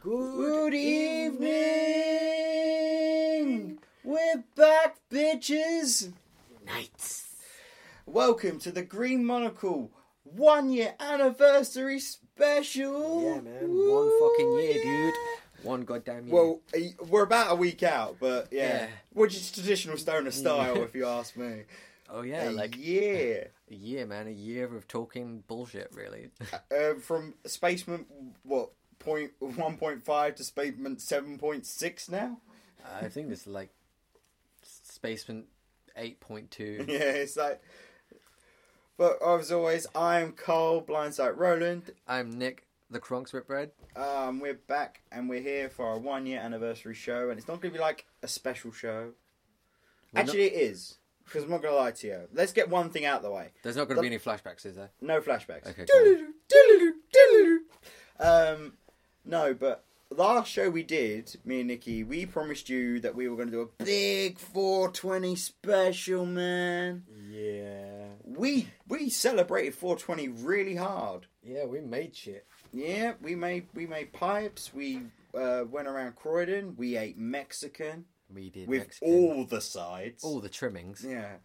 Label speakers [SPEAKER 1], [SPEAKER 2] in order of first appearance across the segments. [SPEAKER 1] Good,
[SPEAKER 2] Good evening! We're back, bitches!
[SPEAKER 1] nights.
[SPEAKER 2] Welcome to the Green Monocle one year anniversary special!
[SPEAKER 1] Yeah, man. One
[SPEAKER 2] Woo,
[SPEAKER 1] fucking year,
[SPEAKER 2] yeah.
[SPEAKER 1] dude. One goddamn year.
[SPEAKER 2] Well, a- we're about a week out, but yeah.
[SPEAKER 1] Yeah.
[SPEAKER 2] Which is traditional stoner style,
[SPEAKER 1] Yeah.
[SPEAKER 2] if you ask me.
[SPEAKER 1] oh yeah,
[SPEAKER 2] a
[SPEAKER 1] like
[SPEAKER 2] year.
[SPEAKER 1] a year, man. A year of talking bullshit, really.
[SPEAKER 2] uh, from Spaceman, what, point, 1.5 to Spaceman 7.6 now?
[SPEAKER 1] I think this is like Spaceman 8.2.
[SPEAKER 2] Yeah, it's like. But as always, I'm Cole Blindsight Roland.
[SPEAKER 1] I'm Nick, the Kronks with bread.
[SPEAKER 2] Um, we're back and we're here for our one year anniversary show, and it's not going to be like a special show.
[SPEAKER 1] We're not-
[SPEAKER 2] Actually, it is. Because I'm not going to lie to you. Let's get one thing out of the way.
[SPEAKER 1] There's not going to
[SPEAKER 2] The-
[SPEAKER 1] be any flashbacks, is there?
[SPEAKER 2] No flashbacks.
[SPEAKER 1] Okay,
[SPEAKER 2] Doodaloo, doodaloo, doodaloo. Um, no, but last show we did, me and Nikki, we promised you that we were going to do a big 420 special, man.
[SPEAKER 1] Yeah.
[SPEAKER 2] We we celebrated 420 really hard.
[SPEAKER 1] Yeah, we made shit.
[SPEAKER 2] Yeah, we made we made pipes. We uh, went around Croydon. We ate Mexican
[SPEAKER 1] We did
[SPEAKER 2] with
[SPEAKER 1] Mexican.
[SPEAKER 2] all the sides.
[SPEAKER 1] all the trimmings.
[SPEAKER 2] Yeah.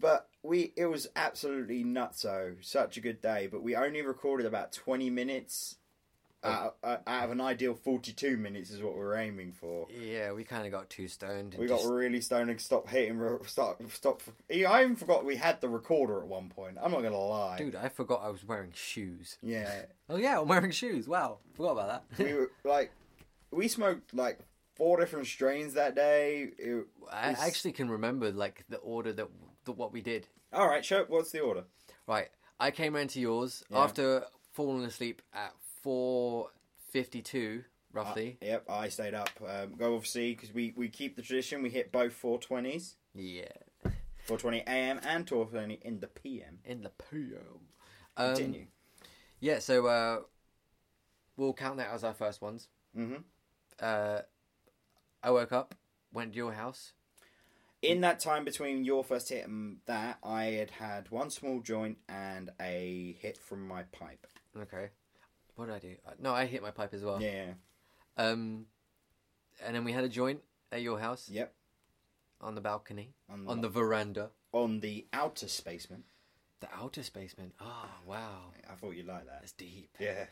[SPEAKER 2] But we it was absolutely nutso. Such a good day. But we only recorded about twenty minutes.
[SPEAKER 1] Oh.
[SPEAKER 2] Out, uh, out of an ideal forty-two minutes is what we're aiming for.
[SPEAKER 1] Yeah, we kind of got too stoned. and
[SPEAKER 2] We got
[SPEAKER 1] just-
[SPEAKER 2] really stoned and stopped hitting. re- Stop, stop. I even forgot we had the recorder at one point. I'm not gonna lie.
[SPEAKER 1] Dude, I forgot I was wearing shoes.
[SPEAKER 2] Yeah,
[SPEAKER 1] Oh yeah, I'm wearing shoes. Wow, forgot about
[SPEAKER 2] we
[SPEAKER 1] that.
[SPEAKER 2] were like, we smoked like four different strains that day. It,
[SPEAKER 1] I
[SPEAKER 2] it's-
[SPEAKER 1] actually can remember like the order that, that what we did.
[SPEAKER 2] all right, show. What's the order?
[SPEAKER 1] Right, I came round to yours
[SPEAKER 2] Yeah.
[SPEAKER 1] after falling asleep at four fifty-two, roughly.
[SPEAKER 2] Yep, I stayed up. Um, go obviously because we we keep the tradition. We hit both four twenties.
[SPEAKER 1] yeah,
[SPEAKER 2] 420 a.m. and 420 in the p.m.
[SPEAKER 1] in the PM. Um,
[SPEAKER 2] Continue.
[SPEAKER 1] yeah, so uh, we'll count that as our first ones.
[SPEAKER 2] hmm
[SPEAKER 1] Uh, I woke up, went to your house.
[SPEAKER 2] In that time between your first hit and that, I had had one small joint and a hit from my pipe.
[SPEAKER 1] Okay, what did I do? Uh, No, I hit my pipe as well.
[SPEAKER 2] Yeah.
[SPEAKER 1] Um, and then we had a joint at your house
[SPEAKER 2] Yep.
[SPEAKER 1] on the balcony,
[SPEAKER 2] On the,
[SPEAKER 1] on the veranda,
[SPEAKER 2] on the outer spaceman.
[SPEAKER 1] the outer spaceman. Oh wow,
[SPEAKER 2] I thought you'd like that.
[SPEAKER 1] that's deep.
[SPEAKER 2] Yeah.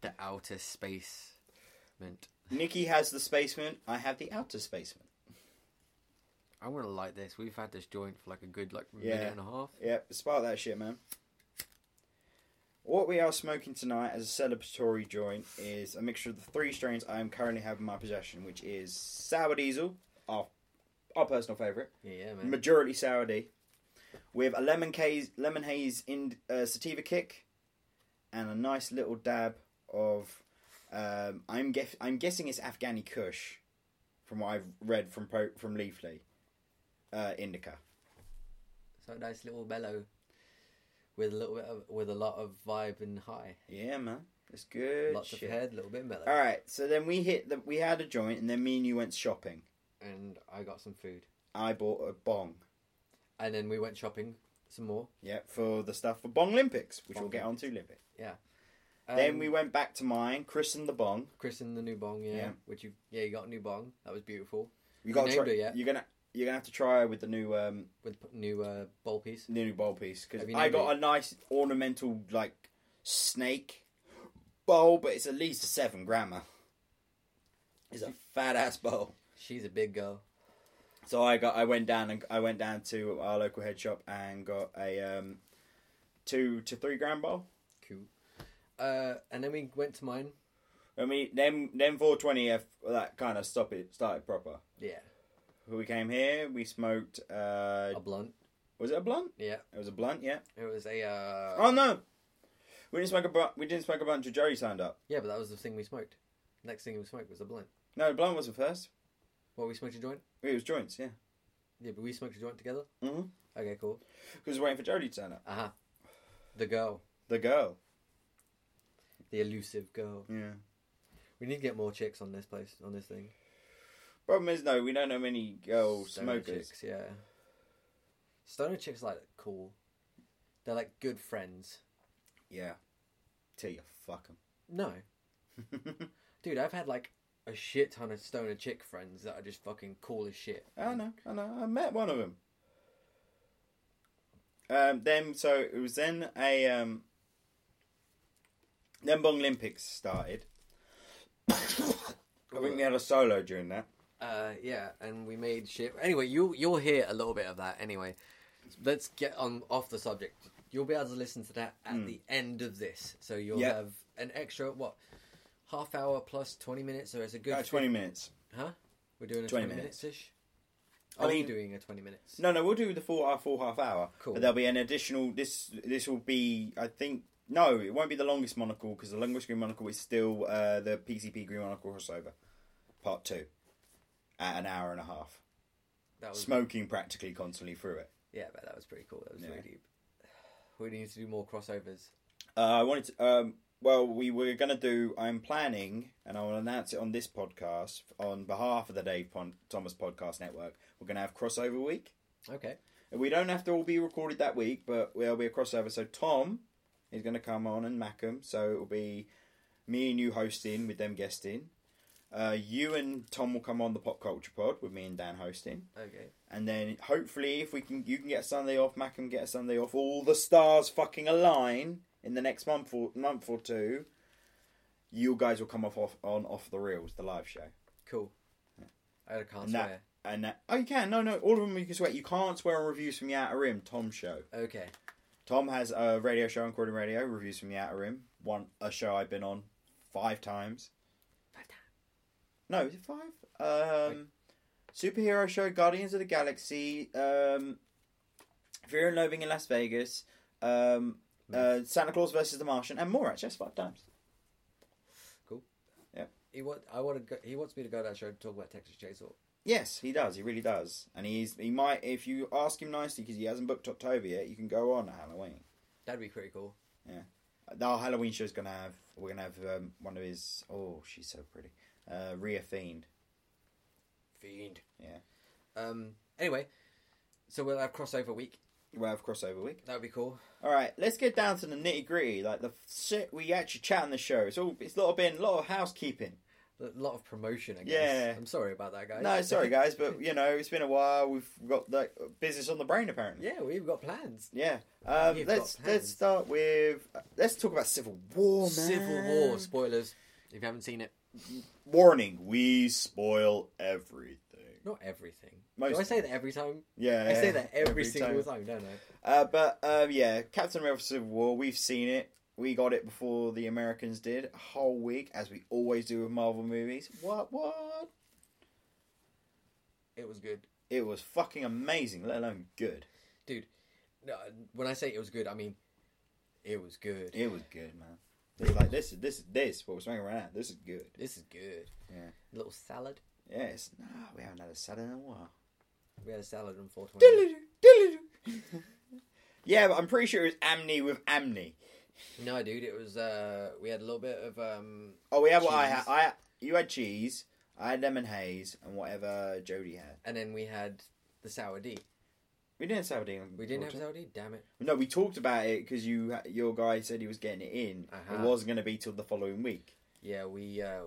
[SPEAKER 1] The outer spacement.
[SPEAKER 2] Nikki has the spaceman. I have the outer spaceman.
[SPEAKER 1] I want to like this. We've had this joint for like a good like
[SPEAKER 2] Yeah.
[SPEAKER 1] minute and a half.
[SPEAKER 2] Yep. Spark that shit, man. What we are smoking tonight as a celebratory joint is a mixture of the three strains I am currently have in my possession, which is Sour Diesel, our, our personal favourite.
[SPEAKER 1] Yeah, man.
[SPEAKER 2] majority sour D, with a lemon haze, lemon haze in uh, sativa kick, and a nice little dab of. Um, I'm guess I'm guessing it's Afghani Kush, from what I've read from Pro- from Leafly, uh, indica.
[SPEAKER 1] so a nice little mellow, with a little bit of with a lot of vibe and high,
[SPEAKER 2] Yeah, man, it's good.
[SPEAKER 1] lots
[SPEAKER 2] shit.
[SPEAKER 1] of head, a little bit mellow,
[SPEAKER 2] All right, so then we hit the we had a joint, and then me and you went shopping.
[SPEAKER 1] and I got some food,
[SPEAKER 2] I bought a bong.
[SPEAKER 1] and then we went shopping some more.
[SPEAKER 2] Yeah, for the stuff for Bong Olympics, which
[SPEAKER 1] Bong
[SPEAKER 2] we'll get onto Olympic.
[SPEAKER 1] Um,
[SPEAKER 2] then we went back to mine, Chris and the bong.
[SPEAKER 1] christened the new bong, yeah,
[SPEAKER 2] Yeah.
[SPEAKER 1] Which you yeah you got a new bong that was beautiful
[SPEAKER 2] You
[SPEAKER 1] You
[SPEAKER 2] got to
[SPEAKER 1] named
[SPEAKER 2] try,
[SPEAKER 1] her yet?
[SPEAKER 2] You're gonna you're gonna have to try her with the new um
[SPEAKER 1] with p- new uh, bowl piece.
[SPEAKER 2] the new bowl piece because
[SPEAKER 1] Have you
[SPEAKER 2] I
[SPEAKER 1] named
[SPEAKER 2] got a nice ornamental like snake bowl, but it's at least a seven grammar. It's a fat ass bowl.
[SPEAKER 1] She's a big girl.
[SPEAKER 2] So I got I went down and I went down to our local head shop and got a um two to three gram bowl.
[SPEAKER 1] Cool. Uh, and then we went to mine.
[SPEAKER 2] I mean, then then four twenty f that kind of stop it started proper.
[SPEAKER 1] Yeah,
[SPEAKER 2] We came here, we smoked. uh
[SPEAKER 1] a blunt.
[SPEAKER 2] Was it a blunt?
[SPEAKER 1] Yeah,
[SPEAKER 2] It was a blunt, yeah.
[SPEAKER 1] it was a. Uh,
[SPEAKER 2] Oh no, we didn't smoke a bu- we didn't smoke a bunch. Of Joey signed up.
[SPEAKER 1] Yeah, but that was the thing we smoked. Next thing we smoked was a blunt.
[SPEAKER 2] No, Blunt wasn't first.
[SPEAKER 1] Well, we smoked a joint.
[SPEAKER 2] It was joints, yeah.
[SPEAKER 1] Yeah, but we smoked a joint together.
[SPEAKER 2] Mm-hmm.
[SPEAKER 1] Okay, cool.
[SPEAKER 2] Because waiting for Jody to turn up.
[SPEAKER 1] Uh huh. The girl,
[SPEAKER 2] The girl.
[SPEAKER 1] the elusive girl.
[SPEAKER 2] Yeah.
[SPEAKER 1] We need to get more chicks on this place, on this thing.
[SPEAKER 2] Problem is, no, we don't know many girl
[SPEAKER 1] Stoner
[SPEAKER 2] smokers.
[SPEAKER 1] chicks, yeah. Stoner chicks are, like cool. They're like good friends.
[SPEAKER 2] Yeah. Tell you fuck
[SPEAKER 1] No,
[SPEAKER 2] 'em.
[SPEAKER 1] Dude, I've had like a shit ton of stoner chick friends that are just fucking cool as shit.
[SPEAKER 2] I know, I know. I met one of them. Um, then so it was then a um, then Bong Olympics started. I think we had a solo during that.
[SPEAKER 1] Uh, yeah, and we made shit. Anyway, you you'll hear a little bit of that. Anyway, let's get on off the subject. You'll be able to listen to that at the end of this, so you'll
[SPEAKER 2] Hmm. Yeah.
[SPEAKER 1] have an extra what half hour plus twenty minutes. So it's a good
[SPEAKER 2] Uh, Twenty minutes.
[SPEAKER 1] fif- Huh? We're doing a
[SPEAKER 2] 20
[SPEAKER 1] twenty, minutes ish.
[SPEAKER 2] I
[SPEAKER 1] Are we
[SPEAKER 2] mean-
[SPEAKER 1] doing a twenty minutes?
[SPEAKER 2] No, no, we'll do the full our full half hour.
[SPEAKER 1] Cool.
[SPEAKER 2] But there'll be an additional. This this will be, I think. No, it won't be the longest monocle because the longest green monocle is still uh, the PCP green monocle crossover, part two, at an hour and a half.
[SPEAKER 1] That was
[SPEAKER 2] Smoking practically constantly through it.
[SPEAKER 1] yeah, but that was pretty cool. That was
[SPEAKER 2] Yeah.
[SPEAKER 1] really deep. We need to do more crossovers.
[SPEAKER 2] Uh, I wanted to. Um, well, we were going to do. I'm planning, and I will announce it on this podcast on behalf of the Dave Pon- Thomas Podcast Network. We're going to have crossover week.
[SPEAKER 1] Okay.
[SPEAKER 2] We don't have to all be recorded that week, but there'll be a crossover. So Tom is going to come on and Macam. So it'll be me and you hosting with them guesting. Uh, you and Tom will come on the Pop Culture Pod with me and Dan hosting,
[SPEAKER 1] Okay.
[SPEAKER 2] and then hopefully if we can, you can get a Sunday off. Macam get a Sunday off. All the stars fucking align in the next month or month or two. You guys will come off, off on off the reels, the live show,
[SPEAKER 1] Cool. I can't
[SPEAKER 2] And that-
[SPEAKER 1] swear.
[SPEAKER 2] and that, oh, you can no, no, all of them you can swear. You can't swear on reviews from the Outer Rim Tom show.
[SPEAKER 1] Okay.
[SPEAKER 2] Tom has a radio show on Croydon Radio, reviews from the Outer Rim. One a show I've been on five times.
[SPEAKER 1] Five times.
[SPEAKER 2] No, is it five? Um, superhero show, Guardians of the Galaxy, um, Fear and Loathing in Las Vegas, um, uh, Santa Claus versus the Martian, and more. Actually, that's five times.
[SPEAKER 1] He want, I want to go, he wants me to go to that show to talk about Texas Chainsaw.
[SPEAKER 2] Yes, he does. He really does. And he's he might if you ask him nicely because he hasn't booked October yet. You can go on at Halloween.
[SPEAKER 1] That'd be pretty cool.
[SPEAKER 2] Our Halloween show's gonna have we're gonna have um, one of his. Oh, she's so pretty. Uh, Rhea Fiend.
[SPEAKER 1] Fiend.
[SPEAKER 2] Yeah.
[SPEAKER 1] Um. Anyway, so we'll have crossover week.
[SPEAKER 2] We'll have crossover week.
[SPEAKER 1] That would be cool.
[SPEAKER 2] All right, let's get down to the nitty gritty, like the f- shit we actually chat on the show. It's all it's a lot of been a lot of housekeeping.
[SPEAKER 1] A lot of promotion, I guess.
[SPEAKER 2] Yeah.
[SPEAKER 1] I'm sorry about that, guys.
[SPEAKER 2] No, sorry guys, but you know it's been a while. We've got like business on the brain apparently.
[SPEAKER 1] yeah, we've got plans.
[SPEAKER 2] Yeah. Um,
[SPEAKER 1] You've
[SPEAKER 2] let's
[SPEAKER 1] got
[SPEAKER 2] let's
[SPEAKER 1] plans.
[SPEAKER 2] start with uh, let's talk about Civil War, Oh, man.
[SPEAKER 1] Civil War spoilers. If you haven't seen it,
[SPEAKER 2] Warning: We spoil everything.
[SPEAKER 1] not everything.
[SPEAKER 2] Most-
[SPEAKER 1] Do I say that every time?
[SPEAKER 2] Yeah.
[SPEAKER 1] I say that every,
[SPEAKER 2] time.
[SPEAKER 1] single time. don't I?
[SPEAKER 2] Uh, but um, yeah, Captain America: Civil War. We've seen it. We got it before the Americans did. A whole week, as we always do with Marvel movies. What? What?
[SPEAKER 1] It was good,
[SPEAKER 2] It was fucking amazing, let alone good.
[SPEAKER 1] dude. No, when I say it was good, I mean it was good.
[SPEAKER 2] It was good, man. It's like this is this is this what we're smoking right now. This is good.
[SPEAKER 1] This is good.
[SPEAKER 2] Yeah.
[SPEAKER 1] little salad.
[SPEAKER 2] Yes. No, we haven't had a salad in a while.
[SPEAKER 1] We had a salad on 420.
[SPEAKER 2] yeah, but I'm pretty sure it was amni with amni.
[SPEAKER 1] No, dude, it was. uh We had a little bit of um
[SPEAKER 2] Oh, we had what I had.
[SPEAKER 1] Cheese.
[SPEAKER 2] I you had cheese. I had lemon haze and whatever Jody had.
[SPEAKER 1] and then we had the sour D.
[SPEAKER 2] We didn't have salad.
[SPEAKER 1] We didn't have sour D. Damn it!
[SPEAKER 2] No, we talked about it because you your guy said he was getting it in. It
[SPEAKER 1] Uh-huh.
[SPEAKER 2] wasn't going to be till the following week.
[SPEAKER 1] Yeah, we uh,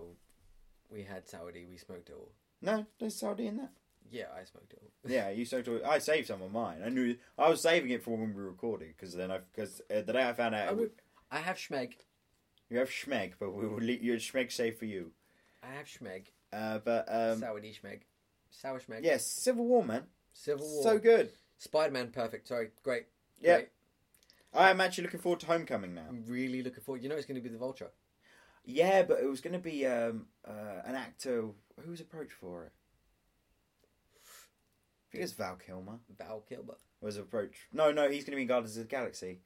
[SPEAKER 1] we had sour D. We smoked it all.
[SPEAKER 2] No, there's salad in that.
[SPEAKER 1] Yeah, I smoked it all.
[SPEAKER 2] Yeah, you so talk. I saved some of mine. I knew I was saving it for when we recorded because then I because uh, the day I found out
[SPEAKER 1] I, would, I have schmeg.
[SPEAKER 2] you have schmeg, but we will leave your schmeg saved for you.
[SPEAKER 1] I have schmeg.
[SPEAKER 2] Uh, but um,
[SPEAKER 1] sour D schmeg. Sour schmeg.
[SPEAKER 2] yes, Civil War man,
[SPEAKER 1] Civil War.
[SPEAKER 2] so good.
[SPEAKER 1] Spider Man, perfect. Sorry, great.
[SPEAKER 2] Yeah.
[SPEAKER 1] Great.
[SPEAKER 2] I am actually looking forward to Homecoming now.
[SPEAKER 1] I'm really looking forward. You know, it's going to be the Vulture.
[SPEAKER 2] Yeah, but it was going to be um, uh, an actor who was approached for it. I think it's Val Kilmer.
[SPEAKER 1] Val Kilmer.
[SPEAKER 2] was approached. No, no, he's going to be in Guardians of the Galaxy.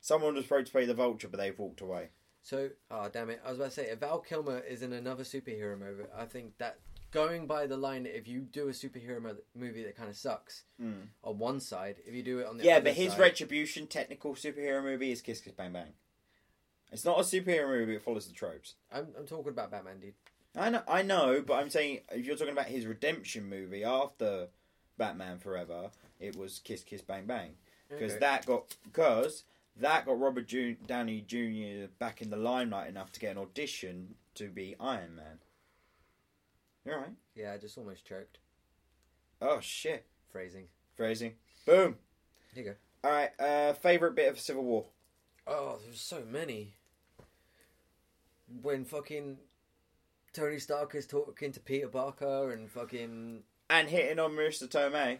[SPEAKER 2] Someone was approached to play the Vulture, but they've walked away.
[SPEAKER 1] So, ah, damn it. I was about to say, if Val Kilmer is in another superhero movie, I think that going by the line, if you do a superhero mo- movie that kind of sucks on one side, if you do it on the
[SPEAKER 2] Mm. yeah,
[SPEAKER 1] other
[SPEAKER 2] but his
[SPEAKER 1] side,
[SPEAKER 2] retribution technical superhero movie is Kiss Kiss Bang Bang. It's not a superhero movie; it follows the tropes.
[SPEAKER 1] I'm, I'm talking about Batman, dude.
[SPEAKER 2] I know, I know, but I'm saying if you're talking about his redemption movie after Batman Forever, it was Kiss Kiss Bang Bang because
[SPEAKER 1] Okay.
[SPEAKER 2] that got because That got Robert Ju- Downey Jr. back in the limelight enough to get an audition to be Iron Man. You all right?
[SPEAKER 1] Yeah, I just almost choked.
[SPEAKER 2] Oh shit!
[SPEAKER 1] Phrasing.
[SPEAKER 2] Phrasing. Boom.
[SPEAKER 1] Here you go.
[SPEAKER 2] All right. Uh, favorite bit of Civil War.
[SPEAKER 1] Oh, there's so many. When fucking Tony Stark is talking to Peter Parker and fucking
[SPEAKER 2] And hitting on Marissa Tomei.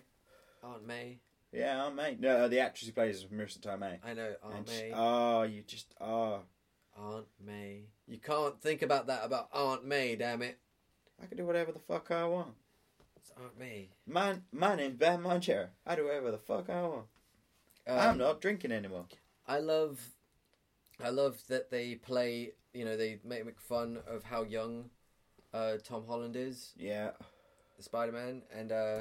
[SPEAKER 1] Aunt May.
[SPEAKER 2] Yeah, Aunt May. No, uh, the actress who plays Marissa Tomei.
[SPEAKER 1] I know Aunt
[SPEAKER 2] And she-
[SPEAKER 1] May.
[SPEAKER 2] oh, you just oh,
[SPEAKER 1] Aunt May. You can't think about that about Aunt May, damn it.
[SPEAKER 2] I can do whatever the fuck I want.
[SPEAKER 1] It's Aunt May.
[SPEAKER 2] Man, my name's Van Manchero. I do whatever the fuck I want.
[SPEAKER 1] Um,
[SPEAKER 2] I'm not drinking anymore.
[SPEAKER 1] I love, I love that they play. You know, they make fun of how young uh, Tom Holland is,
[SPEAKER 2] Yeah.
[SPEAKER 1] the Spider Man, and uh,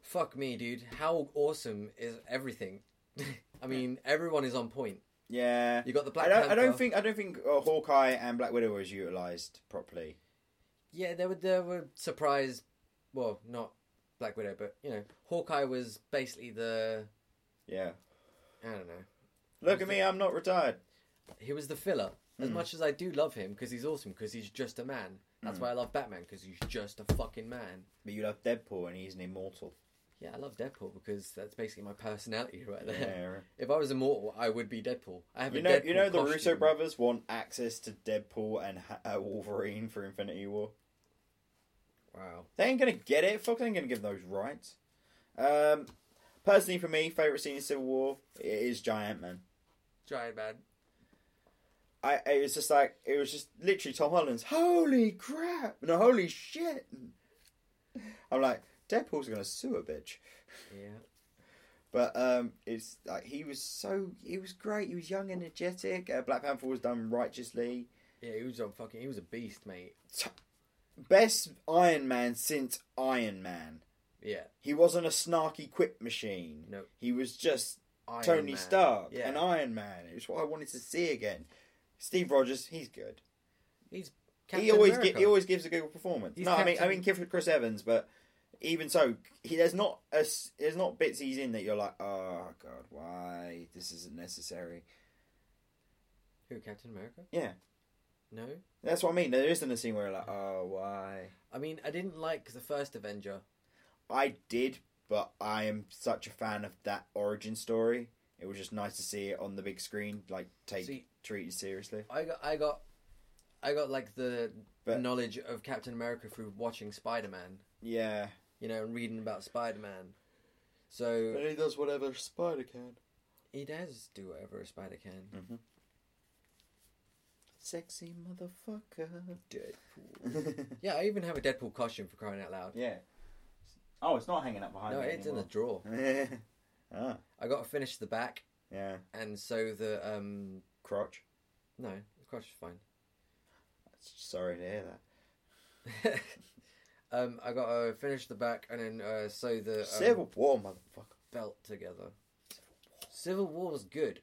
[SPEAKER 1] fuck me, dude, how awesome is everything? I mean, everyone is on point.
[SPEAKER 2] Yeah.
[SPEAKER 1] You got the Black
[SPEAKER 2] I don't,
[SPEAKER 1] Panther.
[SPEAKER 2] I don't think I don't think uh, Hawkeye and Black Widow was utilized properly.
[SPEAKER 1] Yeah, there were there were surprise. Well, not Black Widow, but you know, Hawkeye was basically the
[SPEAKER 2] Yeah.
[SPEAKER 1] I don't know.
[SPEAKER 2] Look at me, I'm not retired.
[SPEAKER 1] He was the filler. As
[SPEAKER 2] Mm.
[SPEAKER 1] much as I do love him because he's awesome, because he's just a man. That's
[SPEAKER 2] Mm.
[SPEAKER 1] why I love Batman because he's just a fucking man.
[SPEAKER 2] But you love Deadpool and he's an immortal.
[SPEAKER 1] Yeah, I love Deadpool because that's basically my personality right there.
[SPEAKER 2] Yeah.
[SPEAKER 1] If I was immortal, I would be Deadpool. I have
[SPEAKER 2] You
[SPEAKER 1] a
[SPEAKER 2] know,
[SPEAKER 1] Deadpool
[SPEAKER 2] you know the
[SPEAKER 1] costume.
[SPEAKER 2] Russo brothers want access to Deadpool and ha- uh, Wolverine for Infinity War.
[SPEAKER 1] Wow.
[SPEAKER 2] They ain't gonna get it. Fuck, they ain't gonna give those rights. Um, personally, for me, favorite scene in Civil War it is Giant Man.
[SPEAKER 1] Giant man.
[SPEAKER 2] I it was just like it was just literally Tom Holland's. Holy crap! No, holy shit! I'm like Deadpool's gonna sue a bitch,
[SPEAKER 1] Yeah.
[SPEAKER 2] but um, it's like he was so he was great. He was young, energetic. Uh, Black Panther was done righteously.
[SPEAKER 1] Yeah, he was on fucking. He was a beast, mate.
[SPEAKER 2] Best Iron Man since Iron Man.
[SPEAKER 1] Yeah.
[SPEAKER 2] He wasn't a snarky quip machine.
[SPEAKER 1] Nope.
[SPEAKER 2] He was just
[SPEAKER 1] Iron
[SPEAKER 2] Tony
[SPEAKER 1] Man.
[SPEAKER 2] Stark
[SPEAKER 1] Yeah.
[SPEAKER 2] and Iron Man. It's what I wanted to see again. Steve Rogers, he's good.
[SPEAKER 1] Captain
[SPEAKER 2] he always gi-
[SPEAKER 1] America.
[SPEAKER 2] he always gives a good performance.
[SPEAKER 1] He's
[SPEAKER 2] no, I mean I
[SPEAKER 1] Captain-
[SPEAKER 2] mean give it Chris Evans, but even so, he there's not a s there's not bits he's in that you're like, oh god, why this isn't necessary.
[SPEAKER 1] Who Captain America?
[SPEAKER 2] Yeah.
[SPEAKER 1] No.
[SPEAKER 2] That's what I mean. There isn't a scene where you're like, oh why.
[SPEAKER 1] I mean, I didn't like the first Avenger.
[SPEAKER 2] I did, but I am such a fan of that origin story. It was just nice to see it on the big screen, like take
[SPEAKER 1] See-
[SPEAKER 2] treated seriously.
[SPEAKER 1] I got, I got, I got like the
[SPEAKER 2] But-
[SPEAKER 1] knowledge of Captain America through watching Spider Man.
[SPEAKER 2] Yeah,
[SPEAKER 1] You know, and reading about Spider Man. So
[SPEAKER 2] he does whatever a spider can.
[SPEAKER 1] he does do whatever a spider can.
[SPEAKER 2] Sexy motherfucker.
[SPEAKER 1] Yeah, I even have a Deadpool costume for crying out loud.
[SPEAKER 2] yeah. Oh, it's not hanging up behind.
[SPEAKER 1] no,
[SPEAKER 2] me
[SPEAKER 1] it's in the
[SPEAKER 2] anymore.
[SPEAKER 1] drawer.
[SPEAKER 2] ah,
[SPEAKER 1] I got to finish the back,
[SPEAKER 2] yeah.
[SPEAKER 1] and so the um
[SPEAKER 2] Crotch.
[SPEAKER 1] no, the crotch is fine.
[SPEAKER 2] Sorry to hear that.
[SPEAKER 1] um, I got to finish the back, and then uh, sew the um,
[SPEAKER 2] Civil War, motherfucker.
[SPEAKER 1] belt together. Civil War was good.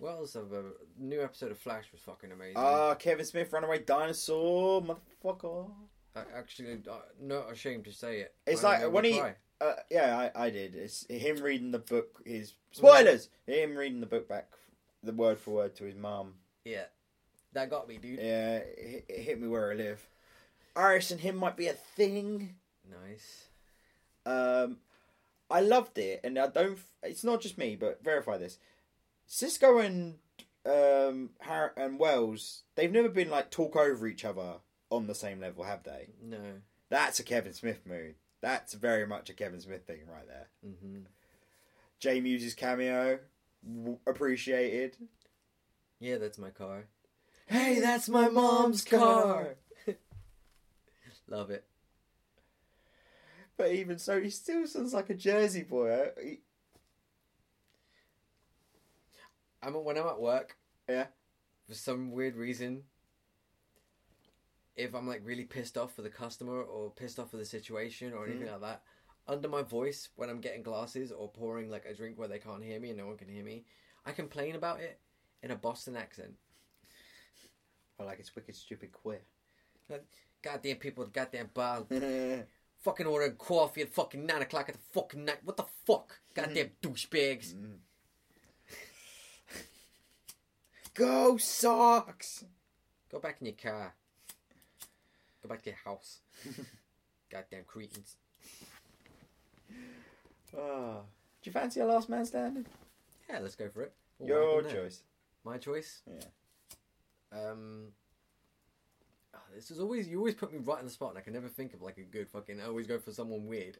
[SPEAKER 1] What else? Have a new episode of Flash was fucking amazing.
[SPEAKER 2] Ah, Kevin Smith, Runaway Dinosaur, motherfucker.
[SPEAKER 1] I actually uh, not ashamed to say it.
[SPEAKER 2] It's
[SPEAKER 1] I
[SPEAKER 2] like
[SPEAKER 1] made
[SPEAKER 2] when
[SPEAKER 1] me
[SPEAKER 2] he-
[SPEAKER 1] cry.
[SPEAKER 2] Uh, yeah, I, I did. It's him reading the book. His spoilers. Him reading the book back, the word for word to his mum.
[SPEAKER 1] yeah, that got me, dude.
[SPEAKER 2] Yeah, it, it hit me where I live. Iris and him might be a thing.
[SPEAKER 1] Nice.
[SPEAKER 2] Um, I loved it, and I don't. It's not just me, but verify this. Cisco and um Har- and Wells, they've never been like talk over each other on the same level, have they?
[SPEAKER 1] No.
[SPEAKER 2] That's a Kevin Smith move. That's very much a Kevin Smith thing right there.
[SPEAKER 1] hmm
[SPEAKER 2] J Muse's cameo w- appreciated.
[SPEAKER 1] Yeah, that's my car.
[SPEAKER 2] Hey,
[SPEAKER 1] that's my mom's car. Love it.
[SPEAKER 2] But even so, he still sounds like a Jersey boy. Uh, He-
[SPEAKER 1] I'm when I'm at work.
[SPEAKER 2] Yeah.
[SPEAKER 1] For some weird reason, if I'm like really pissed off with the customer or pissed off with the situation or anything like that, under my voice when I'm getting glasses or pouring like a drink where they can't hear me and no one can hear me, I complain about it in a Boston accent.
[SPEAKER 2] I like it's wicked stupid queer.
[SPEAKER 1] Goddamn people, at the goddamn bar,
[SPEAKER 2] Mm.
[SPEAKER 1] fucking ordering coffee at fucking nine o'clock at the fucking night. What the fuck, goddamn douchebags?
[SPEAKER 2] Go socks.
[SPEAKER 1] Go back in your car. Go back to your house. Goddamn cretins.
[SPEAKER 2] Ah. do you fancy a last man standing?
[SPEAKER 1] Yeah, let's go for it. We'll
[SPEAKER 2] Your
[SPEAKER 1] widen there.
[SPEAKER 2] choice.
[SPEAKER 1] My choice.
[SPEAKER 2] Yeah.
[SPEAKER 1] Um. oh, This is always you always put me right on the spot, and I can never think of like a good fucking. I always go for someone weird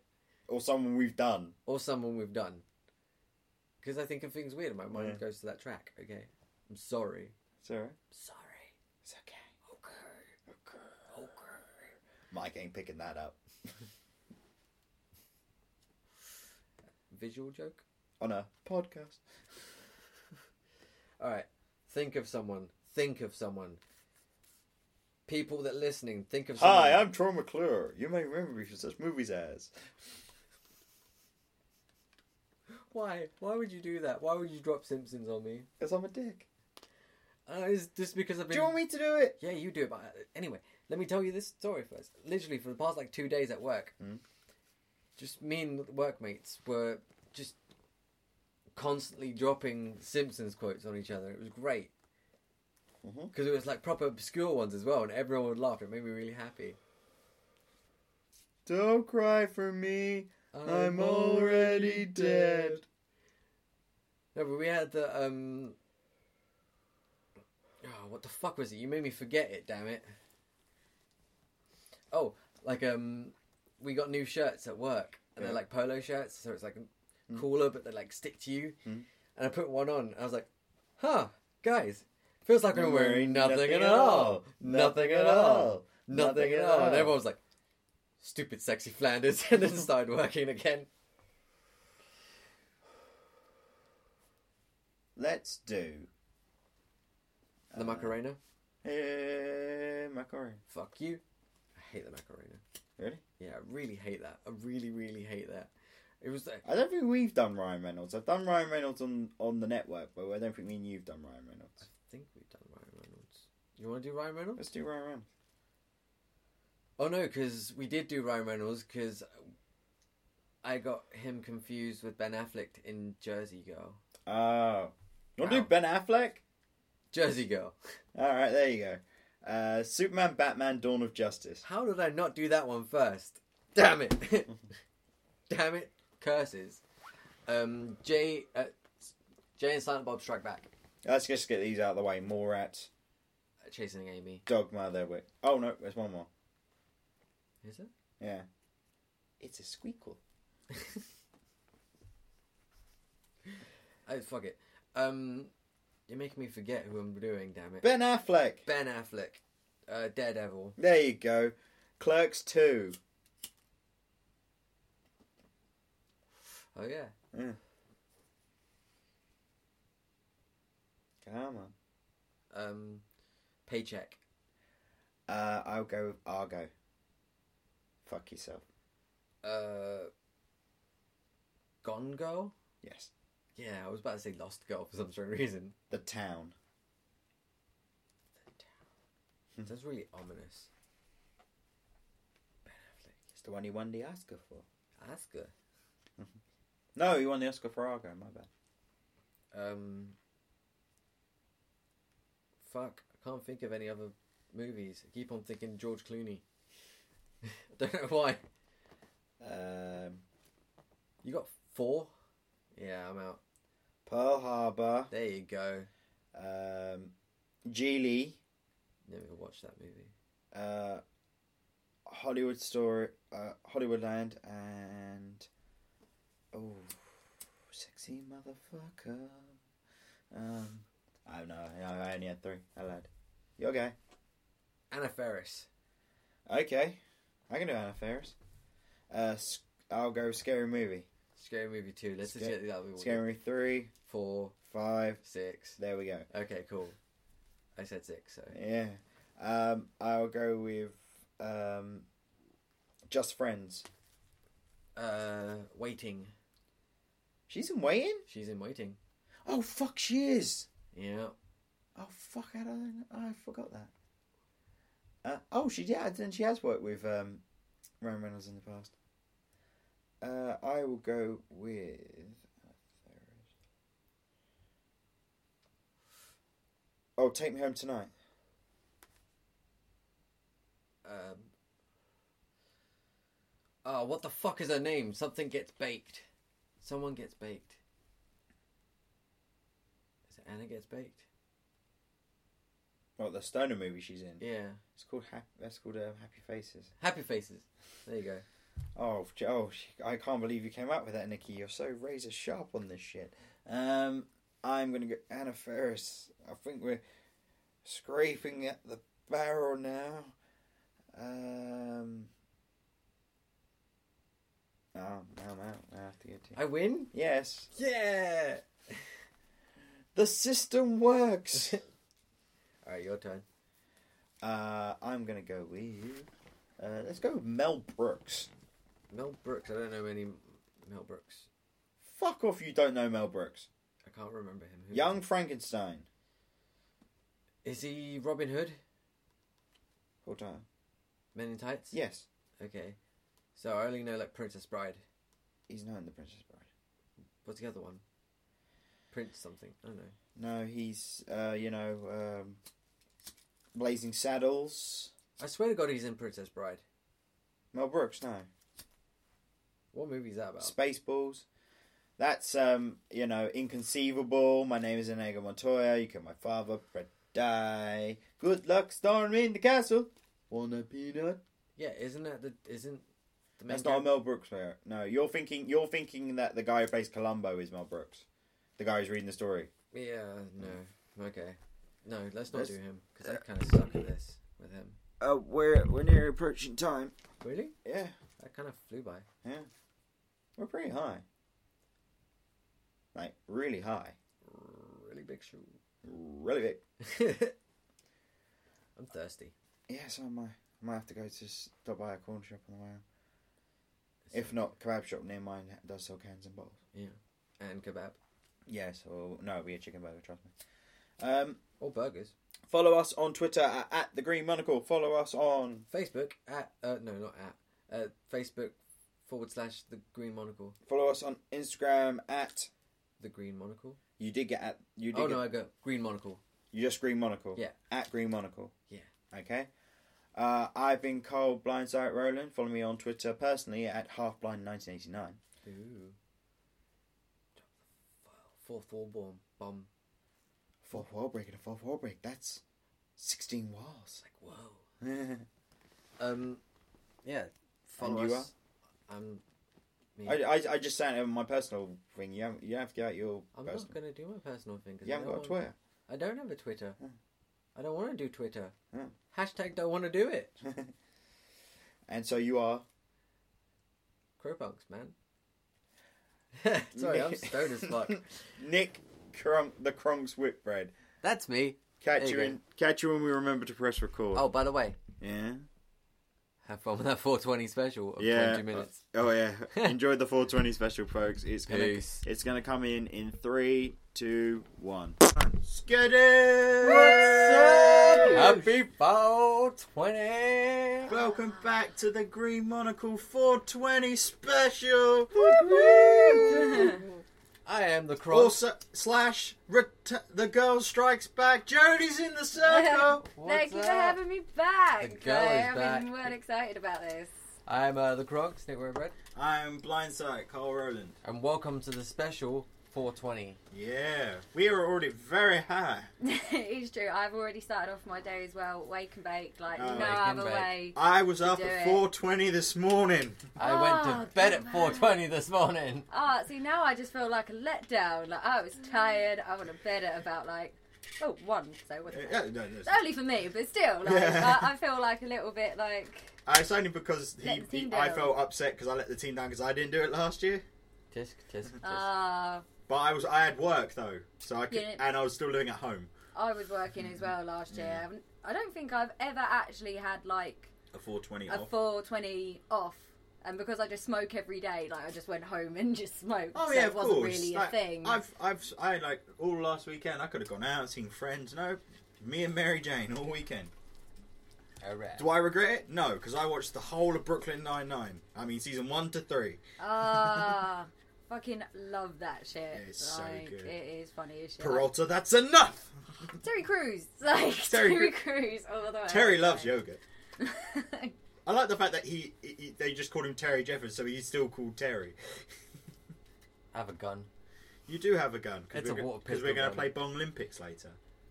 [SPEAKER 2] Or someone we've done.
[SPEAKER 1] or someone we've done, because I think of things weird, and my mind
[SPEAKER 2] Yeah.
[SPEAKER 1] goes to that track. Okay, I'm sorry,
[SPEAKER 2] It's alright.
[SPEAKER 1] sorry.
[SPEAKER 2] It's okay.
[SPEAKER 1] Okay,
[SPEAKER 2] Okay.
[SPEAKER 1] okay.
[SPEAKER 2] Mike ain't picking that up.
[SPEAKER 1] Visual joke.
[SPEAKER 2] On a podcast.
[SPEAKER 1] All right. Think of someone. Think of someone. People that listening, think of someone.
[SPEAKER 2] Hi, I'm Troy McClure. You may remember me from such movies as.
[SPEAKER 1] Why? Why would you do that? Why would you drop Simpsons on me?
[SPEAKER 2] Because I'm a dick.
[SPEAKER 1] Uh, it's just because I've
[SPEAKER 2] Do
[SPEAKER 1] been.
[SPEAKER 2] you want me to do it?
[SPEAKER 1] Yeah, you do it. But uh, anyway, let me tell you this story first. Literally, for the past like two days at work,
[SPEAKER 2] Mm.
[SPEAKER 1] just me and workmates were just constantly dropping Simpsons quotes on each other. It was great
[SPEAKER 2] Mhm.
[SPEAKER 1] because it was like proper obscure ones as well, and everyone would laugh. It made me really happy.
[SPEAKER 2] Don't cry for me. I'm already dead.
[SPEAKER 1] No, but we had the um. Oh, what the fuck was it? You made me forget it. Damn it. Oh, like um, we got new shirts at work, and
[SPEAKER 2] Yeah.
[SPEAKER 1] they're like polo shirts, so it's like cooler, but they like stick to you. And I put one on, and I was like, "Huh, guys, feels like I'm
[SPEAKER 2] Mm,
[SPEAKER 1] wearing Mm-hmm. nothing at all, nothing at all, nothing at all." And everyone was like, "Stupid, sexy Flanders," and then started working again.
[SPEAKER 2] Let's do.
[SPEAKER 1] The Macarena.
[SPEAKER 2] Hey, Macarena.
[SPEAKER 1] Fuck you. I hate the Macarena.
[SPEAKER 2] Really?
[SPEAKER 1] Yeah, I really hate that. I really, really hate that. It was like,
[SPEAKER 2] I don't think we've done Ryan Reynolds. I've done Ryan Reynolds on, on the network, but I don't think me and you've done Ryan Reynolds.
[SPEAKER 1] I think we've done Ryan Reynolds. You want to do Ryan Reynolds?
[SPEAKER 2] Let's do Ryan Reynolds.
[SPEAKER 1] Oh no, because we did do Ryan Reynolds because I got him confused with Ben Affleck in Jersey Girl.
[SPEAKER 2] Oh. You want to
[SPEAKER 1] Wow.
[SPEAKER 2] do Ben Affleck?
[SPEAKER 1] Jersey Girl.
[SPEAKER 2] Alright, there you go. Uh, Superman, Batman, Dawn of Justice.
[SPEAKER 1] How did I not do that one first? Damn it! Damn it! Curses. Um, Jay, uh, Jay and Silent Bob Strike Back. Uh,
[SPEAKER 2] Let's just get these out of the way. Morat,
[SPEAKER 1] Chasing Amy.
[SPEAKER 2] Dogma, there we Oh no, there's one more.
[SPEAKER 1] Is it?
[SPEAKER 2] Yeah. It's a squeakle.
[SPEAKER 1] Oh fuck it. Um, you're making me forget who I'm doing. Damn it.
[SPEAKER 2] Ben Affleck!
[SPEAKER 1] Ben Affleck, uh, Daredevil.
[SPEAKER 2] There you go. Clerks 2.
[SPEAKER 1] Oh yeah.
[SPEAKER 2] Come on.
[SPEAKER 1] Um, paycheck.
[SPEAKER 2] Uh, I'll go with Argo. Fuck yourself.
[SPEAKER 1] Uh, Gone Girl.
[SPEAKER 2] Yes.
[SPEAKER 1] Yeah, I was about to say Lost Girl for some strange reason.
[SPEAKER 2] The Town.
[SPEAKER 1] That's really ominous. Ben
[SPEAKER 2] It's the one he won the Oscar for.
[SPEAKER 1] Affleck. Oscar.
[SPEAKER 2] No, he won the Oscar for Argo, my bad.
[SPEAKER 1] Um. Fuck, I can't think of any other movies. I keep on thinking George Clooney. I don't know why.
[SPEAKER 2] Um,
[SPEAKER 1] You got four? Yeah, I'm out.
[SPEAKER 2] Pearl Harbor.
[SPEAKER 1] There you go.
[SPEAKER 2] Um, Geely.
[SPEAKER 1] Never watched that movie.
[SPEAKER 2] uh, Hollywood Story, uh, Hollywoodland, and oh, sexy motherfucker. Um, I don't know. I only had three. I lied. You okay?
[SPEAKER 1] Anna Ferris.
[SPEAKER 2] Okay, I can do Anna Faris. Uh, sc- I'll go scary movie.
[SPEAKER 1] Scary Movie 2. Let's just
[SPEAKER 2] Sca-
[SPEAKER 1] get that. we
[SPEAKER 2] Scary movie three,
[SPEAKER 1] Four,
[SPEAKER 2] five.
[SPEAKER 1] six.
[SPEAKER 2] There we go.
[SPEAKER 1] Okay, cool. I said six, so.
[SPEAKER 2] Yeah. Um, I'll go with um, just friends.
[SPEAKER 1] Uh, Waiting.
[SPEAKER 2] She's in waiting.
[SPEAKER 1] She's in Waiting.
[SPEAKER 2] Oh fuck, she is.
[SPEAKER 1] Yeah.
[SPEAKER 2] Oh fuck! I don't. I forgot that. Uh, oh, she yeah. Then she has worked with um, Ryan Reynolds in the past. Uh, I will go with. Oh, take me home tonight.
[SPEAKER 1] Um, oh, what the fuck is her name? Something gets baked. Someone gets baked. Is it Anna gets baked?
[SPEAKER 2] Well, the Stoner movie she's in.
[SPEAKER 1] Yeah.
[SPEAKER 2] It's called Happy. That's called uh, Happy Faces.
[SPEAKER 1] Happy Faces. There you go.
[SPEAKER 2] Oh, j- oh! sh- I can't believe you came out with that, Nikki. You're so razor sharp on this shit. Um, I'm gonna go Anna Ferris. I think we're scraping at the barrel now. Um, oh, I'm out. I have to get to.
[SPEAKER 1] I win?
[SPEAKER 2] Yes,
[SPEAKER 1] Yeah!
[SPEAKER 2] the system works.
[SPEAKER 1] Alright, your turn.
[SPEAKER 2] uh, I'm gonna go with. Uh, let's go with Mel Brooks.
[SPEAKER 1] Mel Brooks. I don't know any Mel Brooks.
[SPEAKER 2] Fuck off! You don't know Mel Brooks.
[SPEAKER 1] I can't remember him. Who-
[SPEAKER 2] Young Frankenstein.
[SPEAKER 1] Is he Robin Hood?
[SPEAKER 2] Hold on.
[SPEAKER 1] Men in Tights?
[SPEAKER 2] Yes.
[SPEAKER 1] Okay. So I only know like Princess Bride.
[SPEAKER 2] He's not in The Princess Bride.
[SPEAKER 1] What's the other one? Prince something. I don't know.
[SPEAKER 2] No, he's, uh, you know, um, Blazing Saddles.
[SPEAKER 1] I swear to God, he's in Princess Bride.
[SPEAKER 2] Mel Brooks, no.
[SPEAKER 1] What movie is that about?
[SPEAKER 2] Spaceballs. That's, um, you know, Inconceivable. My name is Inigo Montoya. You killed my father. Fred die. Good luck storming the castle. Want a peanut?
[SPEAKER 1] yeah, isn't that the isn't the main
[SPEAKER 2] That's not a
[SPEAKER 1] char-
[SPEAKER 2] Mel Brooks. uh, No, you're thinking you're thinking that the guy who plays Columbo is Mel Brooks, the guy who's reading the story.
[SPEAKER 1] Yeah, no. Okay. No, let's not
[SPEAKER 2] Let's-
[SPEAKER 1] do him because I kind of suck at this with him.
[SPEAKER 2] Uh, we're we're near approaching time.
[SPEAKER 1] Really?
[SPEAKER 2] Yeah,
[SPEAKER 1] That kind of flew by.
[SPEAKER 2] We're pretty high. Like, really high.
[SPEAKER 1] Really big shoe.
[SPEAKER 2] Really big.
[SPEAKER 1] I'm thirsty.
[SPEAKER 2] Yeah, so I might, I might have to go to s- stop by a corn shop on the way. home. If not, kebab shop near mine ha- does sell cans and bottles.
[SPEAKER 1] and kebab
[SPEAKER 2] Yes, or no, it'll be a chicken burger, trust me. Um,
[SPEAKER 1] or burgers.
[SPEAKER 2] follow us on Twitter at, at The Green Monocle. Follow us on
[SPEAKER 1] Facebook at uh, no, not at uh, Facebook forward slash the Green Monocle.
[SPEAKER 2] follow us on Instagram at
[SPEAKER 1] The Green Monocle.
[SPEAKER 2] you did get at you did
[SPEAKER 1] Oh
[SPEAKER 2] get,
[SPEAKER 1] no, I got Green Monocle.
[SPEAKER 2] you just Green Monocle.
[SPEAKER 1] Yeah.
[SPEAKER 2] At Green Monocle.
[SPEAKER 1] Yeah.
[SPEAKER 2] Okay. Uh, I've been Cole Blindsight Roland. Follow me on Twitter personally at halfblind1989.
[SPEAKER 1] Ooh. Fourth wall bomb. Bomb.
[SPEAKER 2] Fourth wall break and a fourth wall break. That's 16 walls.
[SPEAKER 1] It's like whoa. Um, yeah. Follow
[SPEAKER 2] And you
[SPEAKER 1] us. I'm. Me.
[SPEAKER 2] I, I, I just sent it on my personal thing. You haven't, you have to get out your
[SPEAKER 1] I'm
[SPEAKER 2] personal.
[SPEAKER 1] not gonna do my personal thing. 'cause
[SPEAKER 2] You
[SPEAKER 1] I
[SPEAKER 2] haven't
[SPEAKER 1] don't
[SPEAKER 2] got a
[SPEAKER 1] wanna-
[SPEAKER 2] Twitter.
[SPEAKER 1] I don't have a Twitter.
[SPEAKER 2] Hmm.
[SPEAKER 1] I don't want to do Twitter.
[SPEAKER 2] Hmm.
[SPEAKER 1] Hashtag don't want to do it.
[SPEAKER 2] and so you are.
[SPEAKER 1] Crowpunks, man. Sorry, I'm stoned as fuck.
[SPEAKER 2] Nick Krunk, the Kronk's Whitbread.
[SPEAKER 1] That's me.
[SPEAKER 2] Catch
[SPEAKER 1] There
[SPEAKER 2] you,
[SPEAKER 1] you go.
[SPEAKER 2] in, catch you when we remember to press record.
[SPEAKER 1] Oh, by the way,
[SPEAKER 2] Yeah.
[SPEAKER 1] have fun with that 420 special of
[SPEAKER 2] Yeah.
[SPEAKER 1] 20 minutes.
[SPEAKER 2] Oh yeah, enjoy the 420 special, folks. It's gonna
[SPEAKER 1] Peace.
[SPEAKER 2] it's gonna come in in three, two, one.
[SPEAKER 1] Happy 420!
[SPEAKER 2] Welcome back to the Green Monocle 420 special.
[SPEAKER 1] I am the cross.
[SPEAKER 2] also slash ret- the girl strikes back. Jody's in the circle.
[SPEAKER 1] What's
[SPEAKER 3] Thank you for
[SPEAKER 1] up?
[SPEAKER 3] having me back.
[SPEAKER 1] The girl is
[SPEAKER 3] I'm
[SPEAKER 1] back.
[SPEAKER 3] well excited about this.
[SPEAKER 1] I'm uh, the Crocs, Nick Redbread,
[SPEAKER 2] I'm Blindside, Carl Rowland.
[SPEAKER 1] and welcome to the special 420.
[SPEAKER 2] Yeah, we are already very high.
[SPEAKER 3] it's true. I've already started off my day as well, wake and bake, like
[SPEAKER 2] Oh.
[SPEAKER 3] no
[SPEAKER 1] Wake and
[SPEAKER 3] other
[SPEAKER 1] bake.
[SPEAKER 3] way.
[SPEAKER 2] I was up
[SPEAKER 3] Do
[SPEAKER 2] at
[SPEAKER 3] it.
[SPEAKER 2] 420 this morning.
[SPEAKER 1] I
[SPEAKER 3] Oh,
[SPEAKER 1] went to bed
[SPEAKER 3] good
[SPEAKER 1] at
[SPEAKER 3] man.
[SPEAKER 1] 420 this morning.
[SPEAKER 3] Ah, see now I just feel like a letdown. Like I was tired. I want to bed at about like oh one. So what? The
[SPEAKER 2] Uh,
[SPEAKER 3] Ah!
[SPEAKER 2] Yeah, no,
[SPEAKER 3] It's
[SPEAKER 2] no,
[SPEAKER 3] only for me, but still, like
[SPEAKER 2] Yeah.
[SPEAKER 3] I, I feel like a little bit like
[SPEAKER 2] Uh, it's only because he,
[SPEAKER 3] Let the
[SPEAKER 2] he,
[SPEAKER 3] team
[SPEAKER 2] I
[SPEAKER 3] down.
[SPEAKER 2] felt upset because I let the team down because I didn't do it last year.
[SPEAKER 1] Tisk, tisk, tisk.
[SPEAKER 3] ah.
[SPEAKER 2] But I was I had work though, so I could,
[SPEAKER 3] Yeah.
[SPEAKER 2] and I was still living at home
[SPEAKER 3] I was working as well last year. I
[SPEAKER 1] Mm.
[SPEAKER 3] haven't- I don't think I've ever actually had like
[SPEAKER 2] at 420
[SPEAKER 3] a
[SPEAKER 2] off.
[SPEAKER 3] four twenty off, and because I just smoke every day, like I just went home and just smoked.
[SPEAKER 2] Oh
[SPEAKER 3] so
[SPEAKER 2] yeah,
[SPEAKER 3] it
[SPEAKER 2] of
[SPEAKER 3] wasn't
[SPEAKER 2] course.
[SPEAKER 3] really
[SPEAKER 2] Like,
[SPEAKER 3] a thing.
[SPEAKER 2] I've I've I like all last weekend. I could have gone out and seen friends. No, me and Mary Jane all weekend.
[SPEAKER 1] Alright.
[SPEAKER 2] Do I regret it? No, because I watched the whole of Brooklyn Nine Nine. I mean, season one to three.
[SPEAKER 3] Ah, Fucking love that shit.
[SPEAKER 2] It's so
[SPEAKER 3] like,
[SPEAKER 2] good.
[SPEAKER 3] It is funny as shit.
[SPEAKER 2] Peralta, that's enough.
[SPEAKER 3] Like, Terry Crews, like
[SPEAKER 2] Terry
[SPEAKER 3] Terry,
[SPEAKER 2] Crews.
[SPEAKER 3] Crews all the way.
[SPEAKER 2] Terry loves
[SPEAKER 3] like.
[SPEAKER 2] yogurt. I like the fact that he, he- he- they just called him Terry Jeffers, so he's still called Terry.
[SPEAKER 1] I have a gun.
[SPEAKER 2] You do have a gun
[SPEAKER 1] It's
[SPEAKER 2] because we're,
[SPEAKER 1] a
[SPEAKER 2] go-
[SPEAKER 1] water
[SPEAKER 2] 'cause
[SPEAKER 1] pistol
[SPEAKER 2] we're going to
[SPEAKER 1] gun.
[SPEAKER 2] play Bong Olympics later.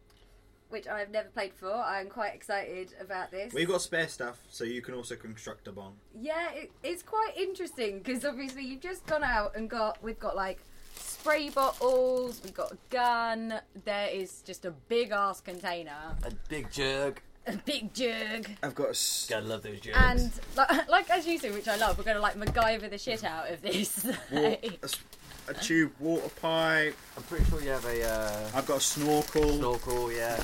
[SPEAKER 3] Which I've never played for. I'm quite excited about this.
[SPEAKER 2] We've got spare stuff, so you can also construct a bomb.
[SPEAKER 3] Yeah, it, it's quite interesting because obviously you've just gone out and got we've got like spray bottles, we've got a gun. There is just a big ass container,
[SPEAKER 1] A big jerk.
[SPEAKER 3] a big jug,
[SPEAKER 2] I've got a. S-
[SPEAKER 1] Gotta love those jerks.
[SPEAKER 3] and like, like as you say, which I love, we're gonna like MacGyver the shit out of this. Like,
[SPEAKER 2] tube water pipe.
[SPEAKER 1] I'm pretty sure you have a uh,
[SPEAKER 2] I've got a snorkel.
[SPEAKER 1] snorkel, yeah.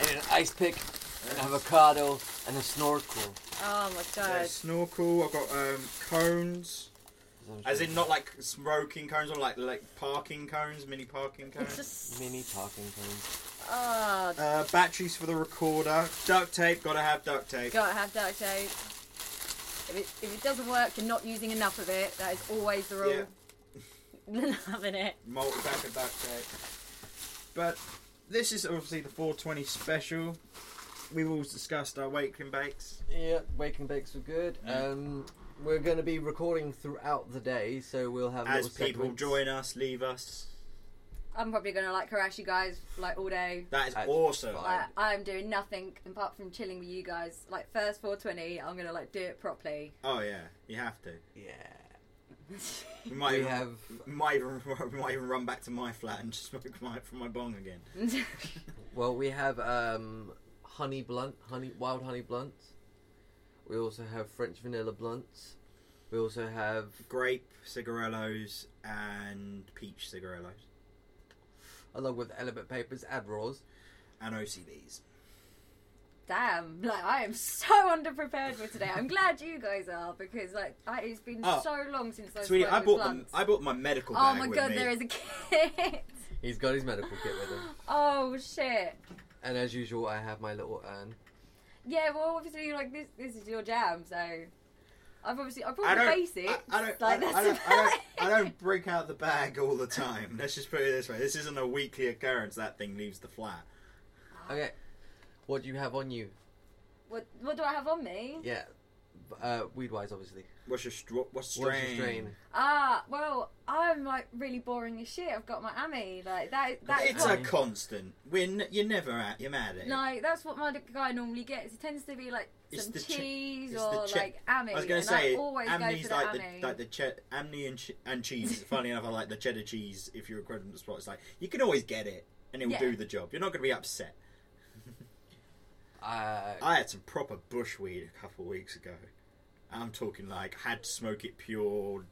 [SPEAKER 1] And an ice pick, an avocado, and a snorkel.
[SPEAKER 3] oh my
[SPEAKER 2] Yeah,
[SPEAKER 3] god!
[SPEAKER 2] snorkel. I've got um, cones. As in, not like smoking cones or like like parking cones, mini parking
[SPEAKER 3] It's
[SPEAKER 2] cones.
[SPEAKER 3] just
[SPEAKER 1] mini parking things.
[SPEAKER 3] oh,
[SPEAKER 2] Uh, batteries for the recorder. Duct tape. Gotta have duct tape.
[SPEAKER 3] gotta have duct tape. If it, if it doesn't work, you're not using enough of it. That is always the rule. Having it.
[SPEAKER 2] multi pack of duct tape. But this is obviously the 420 special. We've all discussed our wake and bakes.
[SPEAKER 1] Yeah, waking bakes were good.
[SPEAKER 2] Mm.
[SPEAKER 1] Um, we're going to be recording throughout the day, so we'll have
[SPEAKER 2] As
[SPEAKER 1] little
[SPEAKER 2] people
[SPEAKER 1] segments.
[SPEAKER 2] join us, leave us.
[SPEAKER 3] I'm probably gonna like harass you guys like all day.
[SPEAKER 2] That is
[SPEAKER 1] That's
[SPEAKER 2] awesome.
[SPEAKER 1] fine.
[SPEAKER 3] Like, I'm doing nothing apart from chilling with you guys. Like first 420, I'm gonna like do it properly.
[SPEAKER 2] Oh yeah, you have to.
[SPEAKER 1] Yeah,
[SPEAKER 2] We might
[SPEAKER 1] we
[SPEAKER 2] even,
[SPEAKER 1] have.
[SPEAKER 2] we might even we might even run back to my flat and just smoke my from my bong again.
[SPEAKER 1] Well, we have um, honey blunt, honey wild honey blunts. We also have French vanilla blunts. We also have
[SPEAKER 2] Grape cigarillos and peach cigarillos
[SPEAKER 1] along with element papers, Adroz.
[SPEAKER 2] and OCBs.
[SPEAKER 3] Damn, like I am so underprepared for today. I'm glad you guys are because like I, it's been
[SPEAKER 2] Oh.
[SPEAKER 3] so long since I.
[SPEAKER 2] Sweetie,
[SPEAKER 3] smoked
[SPEAKER 2] I
[SPEAKER 3] with
[SPEAKER 2] bought my,
[SPEAKER 3] blunts.
[SPEAKER 2] I bought my medical
[SPEAKER 3] Oh
[SPEAKER 2] bag
[SPEAKER 3] my
[SPEAKER 2] with
[SPEAKER 3] god,
[SPEAKER 2] me.
[SPEAKER 3] there is a kit.
[SPEAKER 1] He's got his medical kit with him,
[SPEAKER 3] oh shit.
[SPEAKER 1] and as usual, I have my little urn.
[SPEAKER 3] Yeah, well obviously like this this is your jam, so I've obviously I
[SPEAKER 2] I
[SPEAKER 3] brought the
[SPEAKER 2] don't,
[SPEAKER 3] basics.
[SPEAKER 2] I, I don't,
[SPEAKER 3] like,
[SPEAKER 2] I,
[SPEAKER 3] that's
[SPEAKER 2] I don't, I
[SPEAKER 3] about
[SPEAKER 2] don't,
[SPEAKER 3] it.
[SPEAKER 2] I don't break out the bag all the time. Let's just put it this way: this isn't a weekly occurrence. That thing leaves the flat.
[SPEAKER 1] Okay, what do you have on you?
[SPEAKER 3] What what do I have on me?
[SPEAKER 1] Yeah, uh, weed wise, obviously.
[SPEAKER 2] What's your str- what- what's strain?
[SPEAKER 1] What's your strain?
[SPEAKER 3] Ah, well, I'm like really boring as shit. I've got my Ami. Like that. That is
[SPEAKER 2] It's
[SPEAKER 3] what,
[SPEAKER 2] a constant. We're n- you're never at. You're mad at it.
[SPEAKER 3] like that's what my guy normally gets. It tends to be like
[SPEAKER 2] It's
[SPEAKER 3] some
[SPEAKER 2] the che-
[SPEAKER 3] cheese
[SPEAKER 2] it's
[SPEAKER 3] or
[SPEAKER 2] the che-
[SPEAKER 3] like Ami.
[SPEAKER 2] I was going
[SPEAKER 3] and
[SPEAKER 2] to say,
[SPEAKER 3] I always go
[SPEAKER 2] Amni's
[SPEAKER 3] for the
[SPEAKER 2] like
[SPEAKER 3] Ami.
[SPEAKER 2] the like the che- Amni and, che- and cheese. Funny enough, I like the cheddar cheese. If you're a credit spot, it's like you can always get it, and it will
[SPEAKER 3] Yeah.
[SPEAKER 2] do the job. You're not going to be upset.
[SPEAKER 1] Uh,
[SPEAKER 2] I had some proper bush weed a couple of weeks ago. I'm talking like had to smoke it pure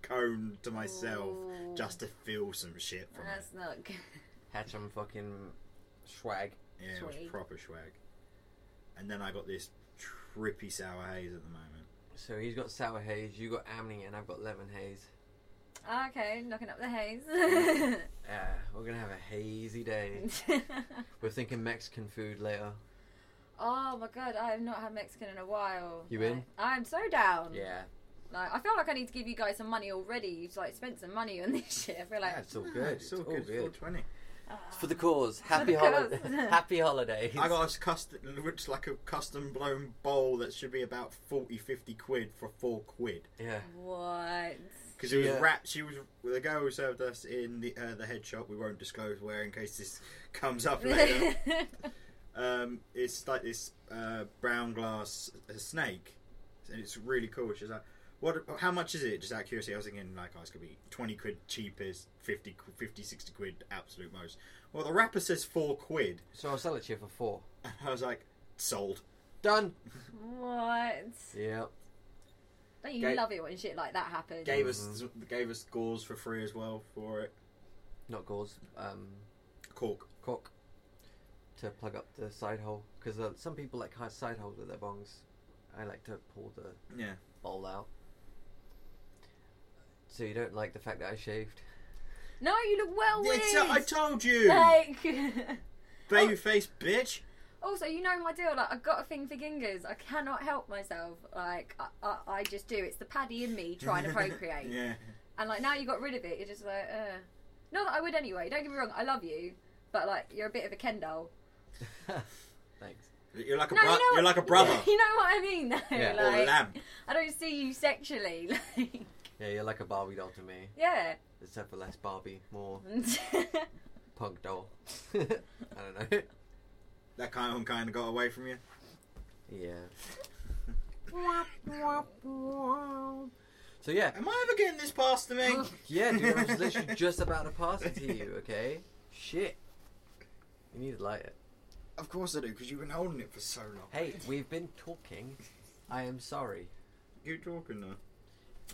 [SPEAKER 2] cone to myself
[SPEAKER 3] Ooh.
[SPEAKER 2] just to feel some shit from
[SPEAKER 3] That's not good.
[SPEAKER 1] had some fucking swag.
[SPEAKER 2] it. Yeah, it was
[SPEAKER 3] Swag.
[SPEAKER 2] proper swag. And then I got this trippy sour haze at the moment.
[SPEAKER 1] So he's got sour haze, you got amni, and I've got lemon haze.
[SPEAKER 3] okay, knocking up the haze.
[SPEAKER 1] Yeah, Uh, we're gonna have a hazy day. We're thinking Mexican food later.
[SPEAKER 3] oh my god, I have not had Mexican in a while.
[SPEAKER 1] You
[SPEAKER 3] Like,
[SPEAKER 1] in?
[SPEAKER 3] I'm so down.
[SPEAKER 2] Um,
[SPEAKER 1] Yeah,
[SPEAKER 3] Like I feel like I need to give you guys some money already. You've like spent some money on this shit. I feel like. Ah.
[SPEAKER 1] it's all
[SPEAKER 2] Yeah,
[SPEAKER 1] good.
[SPEAKER 2] It's all good. 420.
[SPEAKER 1] It's for the cause. Happy
[SPEAKER 3] the
[SPEAKER 1] holiday.
[SPEAKER 3] cause.
[SPEAKER 1] Happy holidays.
[SPEAKER 2] I got a custom, looks like a custom blown bowl that should be about 40, 50 quid for four quid.
[SPEAKER 1] Yeah.
[SPEAKER 3] What?
[SPEAKER 2] Because it was
[SPEAKER 1] Yeah.
[SPEAKER 2] wrapped. She was the girl who served us in the uh, the head shop. We won't disclose where in case this comes up later. um, it's like this uh, brown glass uh, snake, and it's really cool. She's like, "What? How much is it?" Just out of curiosity, I was thinking like, "Oh, it's gonna be twenty quid cheapest, 50, qu- 50 60 quid absolute most." Well, the wrapper says four quid,
[SPEAKER 1] So I'll sell it to you for four.
[SPEAKER 2] and I was like, "Sold."
[SPEAKER 1] Done.
[SPEAKER 3] what?
[SPEAKER 1] Yeah.
[SPEAKER 3] Don't you
[SPEAKER 2] Gay-
[SPEAKER 3] love it when shit like that happens?
[SPEAKER 2] Gave
[SPEAKER 1] Mm-hmm.
[SPEAKER 2] us gave us gauze for free as well for it.
[SPEAKER 1] Not gauze. Um,
[SPEAKER 2] Cork.
[SPEAKER 1] cork to plug up the side hole because uh, some people like hide side holes with their bongs. I like to pull the
[SPEAKER 2] Yeah.
[SPEAKER 1] bowl out. So you don't like the fact that I shaved?
[SPEAKER 3] No, you look well
[SPEAKER 2] Yeah,
[SPEAKER 3] weird.
[SPEAKER 2] so- I told you,
[SPEAKER 3] like,
[SPEAKER 2] baby face bitch.
[SPEAKER 3] also, you know my deal. Like, I've got a thing for gingers. I cannot help myself. Like, I, I, I just do. It's the paddy in me trying to procreate.
[SPEAKER 2] yeah.
[SPEAKER 3] And like now you got rid of it, you're just like, uh. not that I would anyway. Don't get me wrong, I love you, but like you're a bit of a Ken doll.
[SPEAKER 1] Thanks.
[SPEAKER 2] You're like a
[SPEAKER 3] No,
[SPEAKER 2] bro-
[SPEAKER 3] you know
[SPEAKER 2] you're like a brother
[SPEAKER 3] you know what I mean, though.
[SPEAKER 1] Yeah.
[SPEAKER 2] or a
[SPEAKER 3] Like,
[SPEAKER 2] lamb.
[SPEAKER 3] I don't see you sexually. Like,
[SPEAKER 1] Yeah, you're like a Barbie doll to me,
[SPEAKER 3] yeah.
[SPEAKER 1] except for less Barbie, more
[SPEAKER 3] yeah.
[SPEAKER 1] punk doll. I don't know.
[SPEAKER 2] That kind of kind of got away from you.
[SPEAKER 1] Yeah. So yeah,
[SPEAKER 2] Am I ever getting this past to me?
[SPEAKER 1] yeah, dude, I was literally just about to pass it to you. Okay. Shit. You need to light it.
[SPEAKER 2] Of course I do, because you've been holding it for so long.
[SPEAKER 1] Hey, we've been talking. I am sorry.
[SPEAKER 2] you talking now.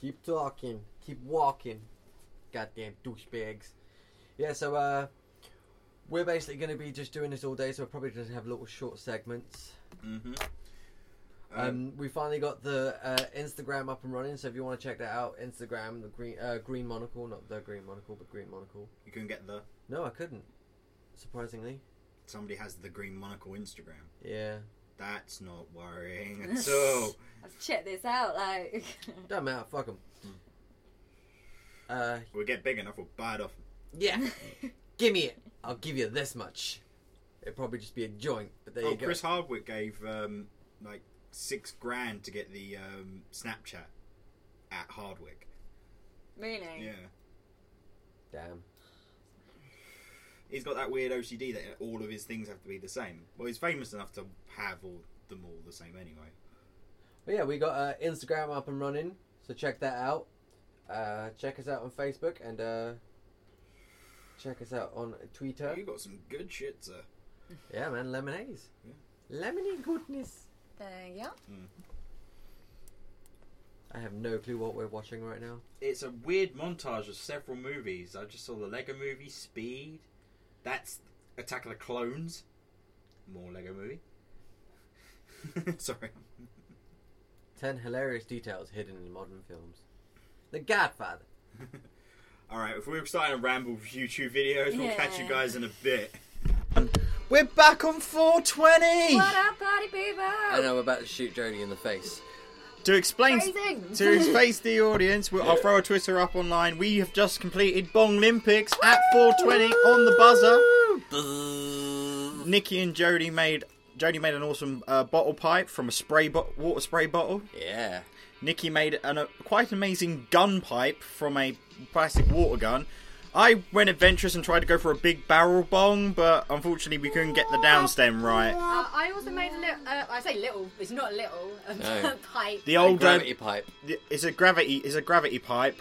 [SPEAKER 1] Keep talking. Keep walking. Goddamn douchebags. Yeah, so uh we're basically gonna be just doing this all day, so we're probably just gonna have little short segments.
[SPEAKER 2] Mm-hmm.
[SPEAKER 1] Um, we finally got the uh, Instagram up and running, so if you want to check that out, Instagram, the green uh, green monocle, not the green monocle, but green monocle.
[SPEAKER 2] you can get the
[SPEAKER 1] No, I couldn't. Surprisingly,
[SPEAKER 2] somebody has the green monocle Instagram.
[SPEAKER 1] yeah.
[SPEAKER 2] That's not worrying at all.
[SPEAKER 3] I've checked this out. Like,
[SPEAKER 1] Don't matter. Fuck them.
[SPEAKER 2] Hmm.
[SPEAKER 1] Uh,
[SPEAKER 2] We'll get big enough, we'll buy it off.
[SPEAKER 1] yeah. give me it. I'll give you this much. It'd probably just be a joint, but there
[SPEAKER 2] oh,
[SPEAKER 1] you go.
[SPEAKER 2] Chris Hardwick gave um, like six grand to get the um, Snapchat at Hardwick.
[SPEAKER 3] really?
[SPEAKER 2] Yeah.
[SPEAKER 1] Damn.
[SPEAKER 2] He's got that weird OCD that all of his things have to be the same. Well, he's famous enough to have all them all the same anyway.
[SPEAKER 1] But yeah, we got uh, Instagram up and running, so check that out. Uh, check us out on Facebook and uh, check us out on Twitter.
[SPEAKER 2] You got some good shit, sir.
[SPEAKER 1] Yeah, man, lemonades. Lemony goodness.
[SPEAKER 3] There you go.
[SPEAKER 1] I have no clue what we're watching right now.
[SPEAKER 2] It's a weird montage of several movies. I just saw the Lego Movie, Speed. That's Attack of the Clones. More Lego Movie. Sorry.
[SPEAKER 1] Ten hilarious details hidden in modern films. The Godfather.
[SPEAKER 2] All right, if we're starting to ramble with YouTube videos, we'll catch you
[SPEAKER 3] Yeah.
[SPEAKER 2] guys in a bit. We're back on 420.
[SPEAKER 3] What up, party people?
[SPEAKER 1] I know, we're about to shoot Jodie in the face.
[SPEAKER 2] To explain
[SPEAKER 3] Amazing.
[SPEAKER 2] to face the audience, we'll, I'll throw a Twitter up online. We have just completed Bong Olympics at 420 on the buzzer. Nikki and Jody made Jody made an awesome uh, bottle pipe from a spray bo- water spray bottle.
[SPEAKER 1] Yeah.
[SPEAKER 2] Nikki made an, a quite amazing gun pipe from a plastic water gun. I went adventurous and tried to go for a big barrel bong, but unfortunately we couldn't get the downstem right.
[SPEAKER 3] Uh, I also made a little. Uh, I say little. It's not little. A
[SPEAKER 1] No.
[SPEAKER 3] pipe.
[SPEAKER 2] The old uh,
[SPEAKER 1] gravity pipe.
[SPEAKER 2] it's a gravity it's a gravity pipe.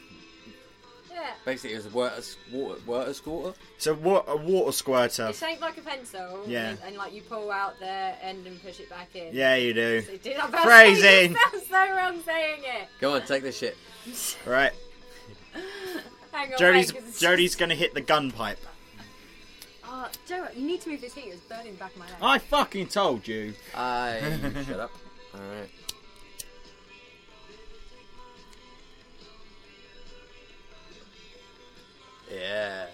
[SPEAKER 3] Yeah.
[SPEAKER 1] Basically, it was a water, water, water squatter.
[SPEAKER 2] It's a, wa- a water squirter.
[SPEAKER 3] It's shaped like a pencil.
[SPEAKER 2] Yeah.
[SPEAKER 3] And, and, like you pull out the end and push it back in.
[SPEAKER 2] Yeah, you do.
[SPEAKER 3] It did. I felt
[SPEAKER 2] Phrasing.
[SPEAKER 3] it felt so wrong saying it.
[SPEAKER 1] Go on, take this shit.
[SPEAKER 2] Right.
[SPEAKER 3] Hang on.
[SPEAKER 2] Jody's
[SPEAKER 3] wait, 'cause it's-
[SPEAKER 2] Jody's gonna hit the gun pipe.
[SPEAKER 3] Oh, Joe, you need to move this heater. It's burning the back of my leg.
[SPEAKER 2] I fucking told you.
[SPEAKER 1] I shut up. All right. Yeah.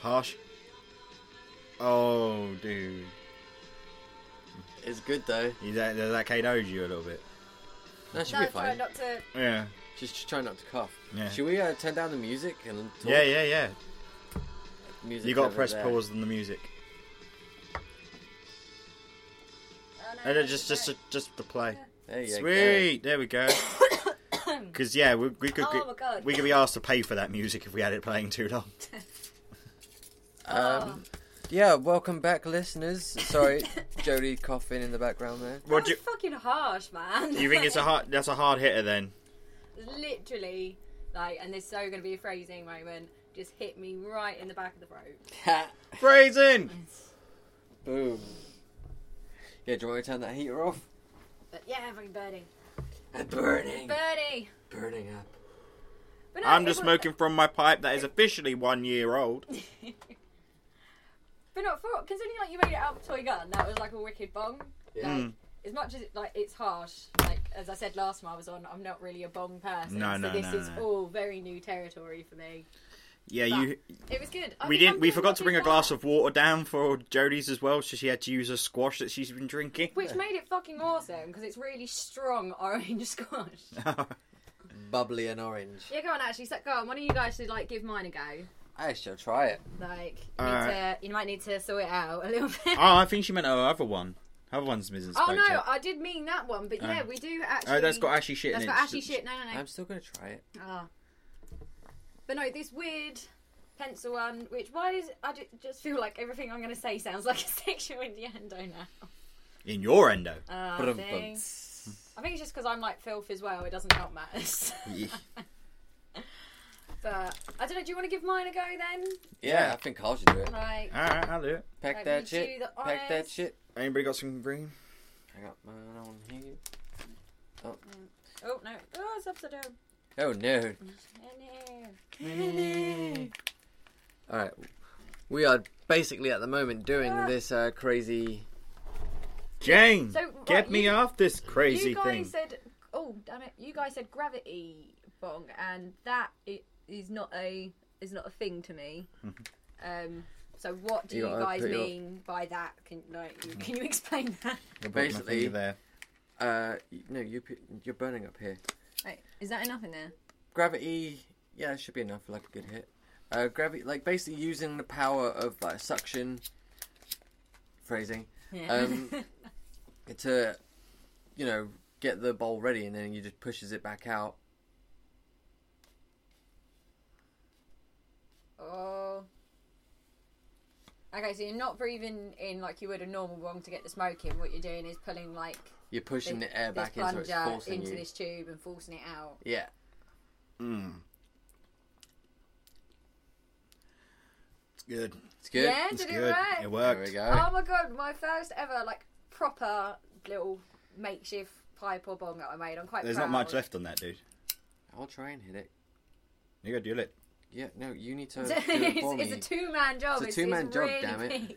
[SPEAKER 2] Harsh. Oh, dude.
[SPEAKER 1] It's good though.
[SPEAKER 2] He- That, that KO'd you a little bit.
[SPEAKER 1] That should
[SPEAKER 3] No,
[SPEAKER 1] be
[SPEAKER 3] try
[SPEAKER 1] fine.
[SPEAKER 3] not to. uh,
[SPEAKER 2] Yeah.
[SPEAKER 1] Just, just try not to cough.
[SPEAKER 2] Yeah.
[SPEAKER 1] Should we uh, turn down the music and talk?
[SPEAKER 2] Yeah, yeah, yeah.
[SPEAKER 1] Music
[SPEAKER 2] You gotta
[SPEAKER 1] over
[SPEAKER 2] press
[SPEAKER 1] there.
[SPEAKER 2] pause on the music.
[SPEAKER 3] Oh, no,
[SPEAKER 2] And
[SPEAKER 3] no,
[SPEAKER 2] it just,
[SPEAKER 3] no.
[SPEAKER 2] just, just the play.
[SPEAKER 1] There you go.
[SPEAKER 2] Sweet. There we go. Because yeah, we, we could
[SPEAKER 3] Oh my God.
[SPEAKER 2] we could be asked to pay for that music if we had it playing too long.
[SPEAKER 1] Um, yeah, welcome back, listeners. Sorry, Jody coughing in the background there.
[SPEAKER 3] That
[SPEAKER 2] What
[SPEAKER 3] was
[SPEAKER 2] do you,
[SPEAKER 3] fucking harsh, man.
[SPEAKER 2] you think? It's a hard. That's a hard hitter then.
[SPEAKER 3] literally like, and there's so going to be a phrasing moment. Just hit me right in the back of the throat.
[SPEAKER 2] Phrasing.
[SPEAKER 1] Boom. Yeah, do you want me to turn that heater off?
[SPEAKER 3] But yeah, fucking birdie,
[SPEAKER 1] I'm burning.
[SPEAKER 3] birdie.
[SPEAKER 1] Burning up.
[SPEAKER 3] But no,
[SPEAKER 2] I'm
[SPEAKER 3] it
[SPEAKER 2] just
[SPEAKER 3] wa-
[SPEAKER 2] smoking from my pipe that is officially one year old.
[SPEAKER 3] But not for considering like you made it out of a toy gun. That was like a wicked bong.
[SPEAKER 1] Yeah.
[SPEAKER 2] Hmm.
[SPEAKER 3] Like, as much as it, like it's harsh, like as I said last time I was on, I'm not really a bong person.
[SPEAKER 2] No,
[SPEAKER 3] so
[SPEAKER 2] no,
[SPEAKER 3] this
[SPEAKER 2] no,
[SPEAKER 3] is
[SPEAKER 2] no.
[SPEAKER 3] all very new territory for me.
[SPEAKER 2] Yeah, you.
[SPEAKER 3] It was good. I
[SPEAKER 2] We
[SPEAKER 3] think
[SPEAKER 2] didn't.
[SPEAKER 3] I'm
[SPEAKER 2] We
[SPEAKER 3] doing
[SPEAKER 2] forgot to
[SPEAKER 3] not
[SPEAKER 2] bring a
[SPEAKER 3] too
[SPEAKER 2] glass
[SPEAKER 3] bad.
[SPEAKER 2] of water down for Jodie's as well, so she had to use a squash that she's been drinking. Oh,
[SPEAKER 3] Which made it fucking awesome because it's really strong orange squash.
[SPEAKER 1] bubbly and orange.
[SPEAKER 3] Yeah, go on. Actually, so, go on. One of you guys should like give mine a go.
[SPEAKER 1] I shall try it.
[SPEAKER 3] Like, you, need
[SPEAKER 2] Alright.
[SPEAKER 3] to, you might need to sort it out a little bit.
[SPEAKER 2] Oh, I think she meant our other one. Her other one's Mrs.
[SPEAKER 3] oh no,
[SPEAKER 2] Bojack.
[SPEAKER 3] I did mean that one, but yeah,
[SPEAKER 2] Oh.
[SPEAKER 3] we do actually.
[SPEAKER 2] Oh, that's got ashy shit
[SPEAKER 3] That's
[SPEAKER 2] in
[SPEAKER 3] got
[SPEAKER 2] it.
[SPEAKER 3] ashy shit. No, no, no.
[SPEAKER 1] I'm still gonna try it.
[SPEAKER 3] Ah. But no, this weird pencil one. Which why does I ju- just feel like everything I'm going to say sounds like a sexual innuendo now?
[SPEAKER 2] In your endo.
[SPEAKER 3] Ah,
[SPEAKER 1] Brum
[SPEAKER 3] thing.
[SPEAKER 1] bumps.
[SPEAKER 3] I think it's just because I'm like filth as well. It doesn't help matters.
[SPEAKER 2] Yeah.
[SPEAKER 3] but I don't know. Do you want to give mine a go then?
[SPEAKER 1] Yeah, I think Carl should do it.
[SPEAKER 3] Like,
[SPEAKER 2] Alright, I'll do Ah, it.
[SPEAKER 1] Ah, Pack
[SPEAKER 3] Like,
[SPEAKER 1] that
[SPEAKER 3] you
[SPEAKER 1] shit.
[SPEAKER 3] do the
[SPEAKER 1] Pack that
[SPEAKER 3] honors.
[SPEAKER 1] shit.
[SPEAKER 2] Anybody got some green?
[SPEAKER 1] I got mine on here.
[SPEAKER 3] oh no, oh it's upside down.
[SPEAKER 1] Oh no.
[SPEAKER 3] Yeah,
[SPEAKER 1] All right, we are basically at the moment doing
[SPEAKER 3] Ah.
[SPEAKER 1] this uh, crazy.
[SPEAKER 2] Jane,
[SPEAKER 3] So, right,
[SPEAKER 2] get me
[SPEAKER 3] you-
[SPEAKER 2] off this
[SPEAKER 3] no.
[SPEAKER 2] crazy
[SPEAKER 3] you guys
[SPEAKER 2] thing.
[SPEAKER 3] said, oh damn it, you guys said gravity bong, and that i- is not a is not a thing to me. um, so what do
[SPEAKER 1] You
[SPEAKER 3] you,
[SPEAKER 1] gotta
[SPEAKER 3] guys
[SPEAKER 1] put your-
[SPEAKER 3] mean by that? Can like, you, can you explain that?
[SPEAKER 2] I broke my finger
[SPEAKER 1] basically-
[SPEAKER 2] there.
[SPEAKER 1] Uh, y- no, you p- you're burning up here.
[SPEAKER 3] Wait, is that enough in there?
[SPEAKER 1] Gravity, yeah, it should be enough for like a good hit. Uh, gravity, like basically using the power of like suction, phrasing, Um, to, you know, get the bowl ready, and then you just pushes it back out.
[SPEAKER 3] oh. Okay, so you're not breathing in like you would a normal bong to get the smoke in. What you're doing is pulling like
[SPEAKER 1] You're pushing
[SPEAKER 3] the-
[SPEAKER 1] the air
[SPEAKER 3] this
[SPEAKER 1] back into it,
[SPEAKER 3] plunger
[SPEAKER 1] forcing
[SPEAKER 3] into
[SPEAKER 1] you.
[SPEAKER 3] this tube and forcing it out.
[SPEAKER 1] Yeah,
[SPEAKER 2] Mm. It's good.
[SPEAKER 1] it's good.
[SPEAKER 3] Yeah,
[SPEAKER 2] It's
[SPEAKER 3] did
[SPEAKER 2] good.
[SPEAKER 3] it work?
[SPEAKER 2] It
[SPEAKER 1] There
[SPEAKER 2] worked.
[SPEAKER 1] we go.
[SPEAKER 3] Oh my god, my first ever like proper little makeshift pipe or bong that I made. I'm quite
[SPEAKER 2] There's
[SPEAKER 3] proud.
[SPEAKER 2] not much left on that, dude.
[SPEAKER 1] I'll try and hit it.
[SPEAKER 2] You gotta do it.
[SPEAKER 1] Yeah, no, you need to do
[SPEAKER 3] it's,
[SPEAKER 1] it for
[SPEAKER 3] it's
[SPEAKER 1] me.
[SPEAKER 3] a two man job.
[SPEAKER 1] It's a two-man job,
[SPEAKER 3] really
[SPEAKER 1] damn it.
[SPEAKER 3] big.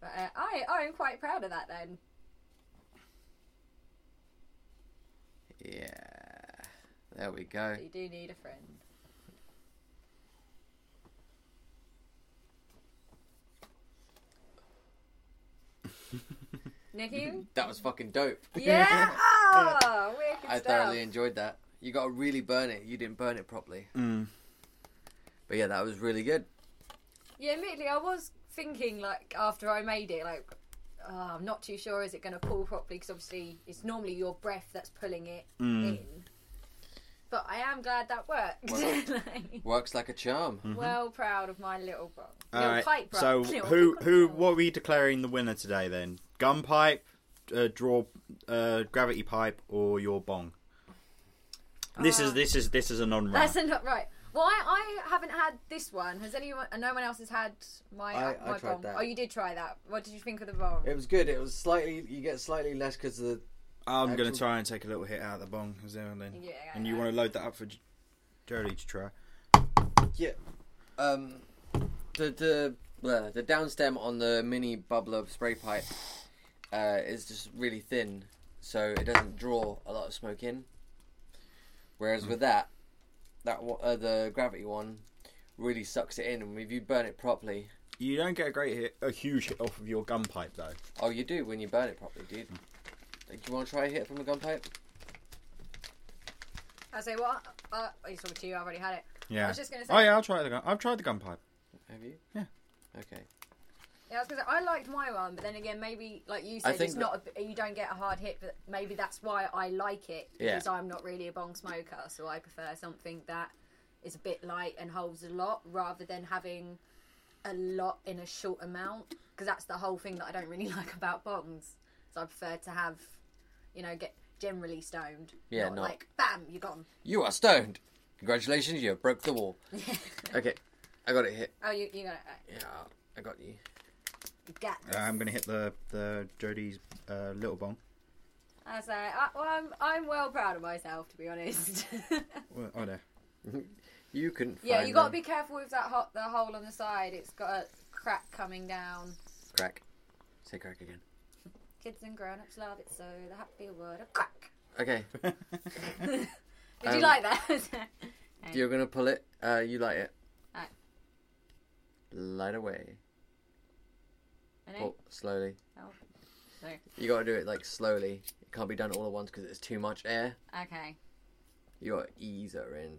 [SPEAKER 3] But uh, I I am quite proud of that then.
[SPEAKER 1] Yeah. There we go.
[SPEAKER 3] But you do need a friend. Nicky?
[SPEAKER 1] That was fucking dope.
[SPEAKER 3] Yeah! Oh, wicked
[SPEAKER 1] I
[SPEAKER 3] stuff.
[SPEAKER 1] thoroughly enjoyed that. You gotta really burn it. You didn't burn it properly.
[SPEAKER 2] Mm.
[SPEAKER 1] But yeah, that was really good.
[SPEAKER 3] Yeah, admittedly, I was thinking like after I made it, like oh, I'm not too sure is it going to pull properly because obviously it's normally your breath that's pulling it
[SPEAKER 2] Mm.
[SPEAKER 3] in. But I am glad that worked. Like,
[SPEAKER 1] Works like a charm.
[SPEAKER 3] Well, proud of my little bro,
[SPEAKER 2] Mm-hmm. All
[SPEAKER 3] little
[SPEAKER 2] right.
[SPEAKER 3] pipe bro.
[SPEAKER 2] So
[SPEAKER 3] Little
[SPEAKER 2] who
[SPEAKER 3] pipe
[SPEAKER 2] who
[SPEAKER 3] bro.
[SPEAKER 2] what are we declaring the winner today then? Gun pipe, uh, draw, uh, gravity pipe, or your bong? This is
[SPEAKER 3] Uh,
[SPEAKER 2] this is this is a non-runner.
[SPEAKER 3] That's not right. Well, I, I haven't had this one. Has anyone? and No one else has had my
[SPEAKER 1] I-
[SPEAKER 3] uh,
[SPEAKER 1] I
[SPEAKER 3] my
[SPEAKER 1] tried
[SPEAKER 3] bomb.
[SPEAKER 1] that.
[SPEAKER 3] Oh, you did try that. What did you think of the bomb?
[SPEAKER 1] It was good. It was slightly. You get slightly less because the.
[SPEAKER 2] I'm gonna
[SPEAKER 1] actual-
[SPEAKER 2] try and take a little hit out of the bong as well then.
[SPEAKER 3] Yeah.
[SPEAKER 2] And you want to load that up for J- Jody to try?
[SPEAKER 1] Um, the the blah, the downstem on the mini bubbler spray pipe uh, is just really thin, so it doesn't draw a lot of smoke in. Whereas with that, that wa- uh, the gravity one really sucks it in, and if you burn it properly,
[SPEAKER 2] You don't get a great hit, a huge hit off of your gun pipe though.
[SPEAKER 1] oh, you do when you burn it properly, dude. Do you want to try a hit from a gun pipe?
[SPEAKER 3] I say what? Uh, I saw to you. I already had it.
[SPEAKER 2] Yeah.
[SPEAKER 3] I was just gonna say-
[SPEAKER 2] Oh yeah, I'll try the gun. I've tried the gun pipe.
[SPEAKER 1] Have you?
[SPEAKER 2] Yeah.
[SPEAKER 1] Okay.
[SPEAKER 3] Yeah, I was gonna say, I liked my one, but then again, maybe like you
[SPEAKER 1] I
[SPEAKER 3] said,
[SPEAKER 1] think
[SPEAKER 3] it's not a, you don't get a hard hit, but maybe that's why I like it
[SPEAKER 1] Yeah.
[SPEAKER 3] because I'm not really a bong smoker, so I prefer something that is a bit light and holds a lot rather than having a lot in a short amount because that's the whole thing that I don't really like about bongs. So I prefer to have, you know, get generally stoned.
[SPEAKER 1] Yeah,
[SPEAKER 3] not
[SPEAKER 1] not-
[SPEAKER 3] like bam, you're gone.
[SPEAKER 1] You are stoned. Congratulations, you broke the wall. okay, I got it hit.
[SPEAKER 3] oh, you you got it.
[SPEAKER 1] Yeah, I got you.
[SPEAKER 3] You got this.
[SPEAKER 2] Uh, I'm gonna hit the the Jody's uh, little bong.
[SPEAKER 3] I say, I, well, I'm I'm well proud of myself to be honest.
[SPEAKER 2] Well, Oh there.
[SPEAKER 1] You couldn't.
[SPEAKER 3] Yeah,
[SPEAKER 1] find
[SPEAKER 3] you gotta
[SPEAKER 1] them.
[SPEAKER 3] be careful with that hot the hole on the side. It's got a crack coming down.
[SPEAKER 1] crack. Say crack again.
[SPEAKER 3] Kids and grown ups love it so the happy word of crack.
[SPEAKER 1] Okay,
[SPEAKER 3] Did you
[SPEAKER 1] Um,
[SPEAKER 3] like that?
[SPEAKER 1] you're gonna pull it. Uh, you light it.
[SPEAKER 3] Alright.
[SPEAKER 1] Light away.
[SPEAKER 3] I know.
[SPEAKER 1] Pull slowly.
[SPEAKER 3] Oh. So
[SPEAKER 1] You got to do it like slowly. It can't be done all at once because it's too much air.
[SPEAKER 3] okay,
[SPEAKER 1] You got to ease her in.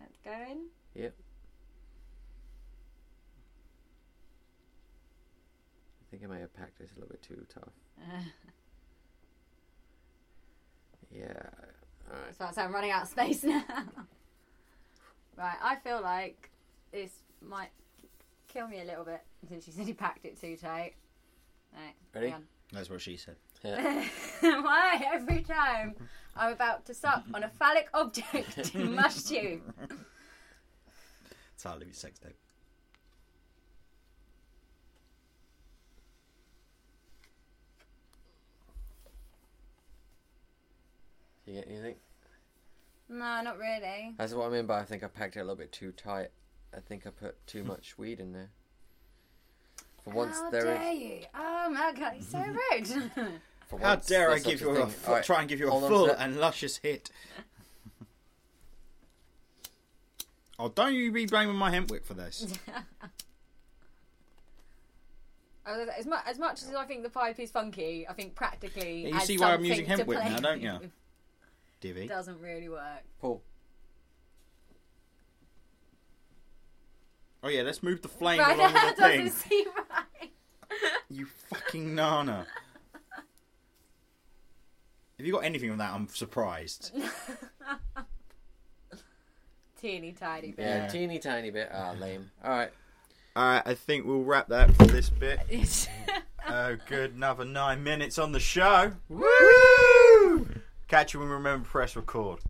[SPEAKER 3] let's go in.
[SPEAKER 1] I think I may have packed this a little bit too tough. Yeah. All right.
[SPEAKER 3] That's why I say I'm running out of space now. right, I feel like this might kill me a little bit since you said you packed it too tight. Right,
[SPEAKER 1] Ready?
[SPEAKER 3] hang
[SPEAKER 2] That's what she said.
[SPEAKER 1] Yeah.
[SPEAKER 3] on. Why every time I'm about to suck on a phallic object to mush you?
[SPEAKER 2] Title of your sex tape.
[SPEAKER 1] You get anything?
[SPEAKER 3] No, not really.
[SPEAKER 1] That's what I mean by I think I packed it a little bit too tight. I think I put too much weed in there. For once
[SPEAKER 3] How
[SPEAKER 1] there
[SPEAKER 3] dare
[SPEAKER 1] is.
[SPEAKER 3] you? Oh my god, he's so rude.
[SPEAKER 1] For
[SPEAKER 2] How
[SPEAKER 1] once
[SPEAKER 2] dare I
[SPEAKER 1] there's
[SPEAKER 2] give
[SPEAKER 1] such
[SPEAKER 2] you a
[SPEAKER 1] thing.
[SPEAKER 2] fu-
[SPEAKER 1] All right.
[SPEAKER 2] try and give you a
[SPEAKER 1] Hold on to
[SPEAKER 2] full
[SPEAKER 1] that.
[SPEAKER 2] and luscious hit? oh, don't you be blaming my hempwick for this.
[SPEAKER 3] I was gonna say, Oh, As much, as much as I think the pipe is funky, I think practically.
[SPEAKER 2] Yeah, you
[SPEAKER 3] as
[SPEAKER 2] see why I'm using
[SPEAKER 3] something to
[SPEAKER 2] Hempwick
[SPEAKER 3] play
[SPEAKER 2] now, don't ya?
[SPEAKER 3] with
[SPEAKER 2] Divvy.
[SPEAKER 3] Doesn't really work.
[SPEAKER 1] Paul,
[SPEAKER 2] Oh yeah, let's move the flame
[SPEAKER 3] right,
[SPEAKER 2] along
[SPEAKER 3] that
[SPEAKER 2] the thing.
[SPEAKER 3] doesn't seem right.
[SPEAKER 2] You fucking nana. If you got anything on that, I'm surprised.
[SPEAKER 3] Teeny tiny bit.
[SPEAKER 1] yeah,
[SPEAKER 2] Yeah.
[SPEAKER 1] teeny tiny bit. Ah, lame. All right.
[SPEAKER 2] Alright, I think we'll wrap that for this bit.
[SPEAKER 3] It's-
[SPEAKER 2] Oh, good. Another nine minutes on the show. Woo! Catch you when we remember to press record.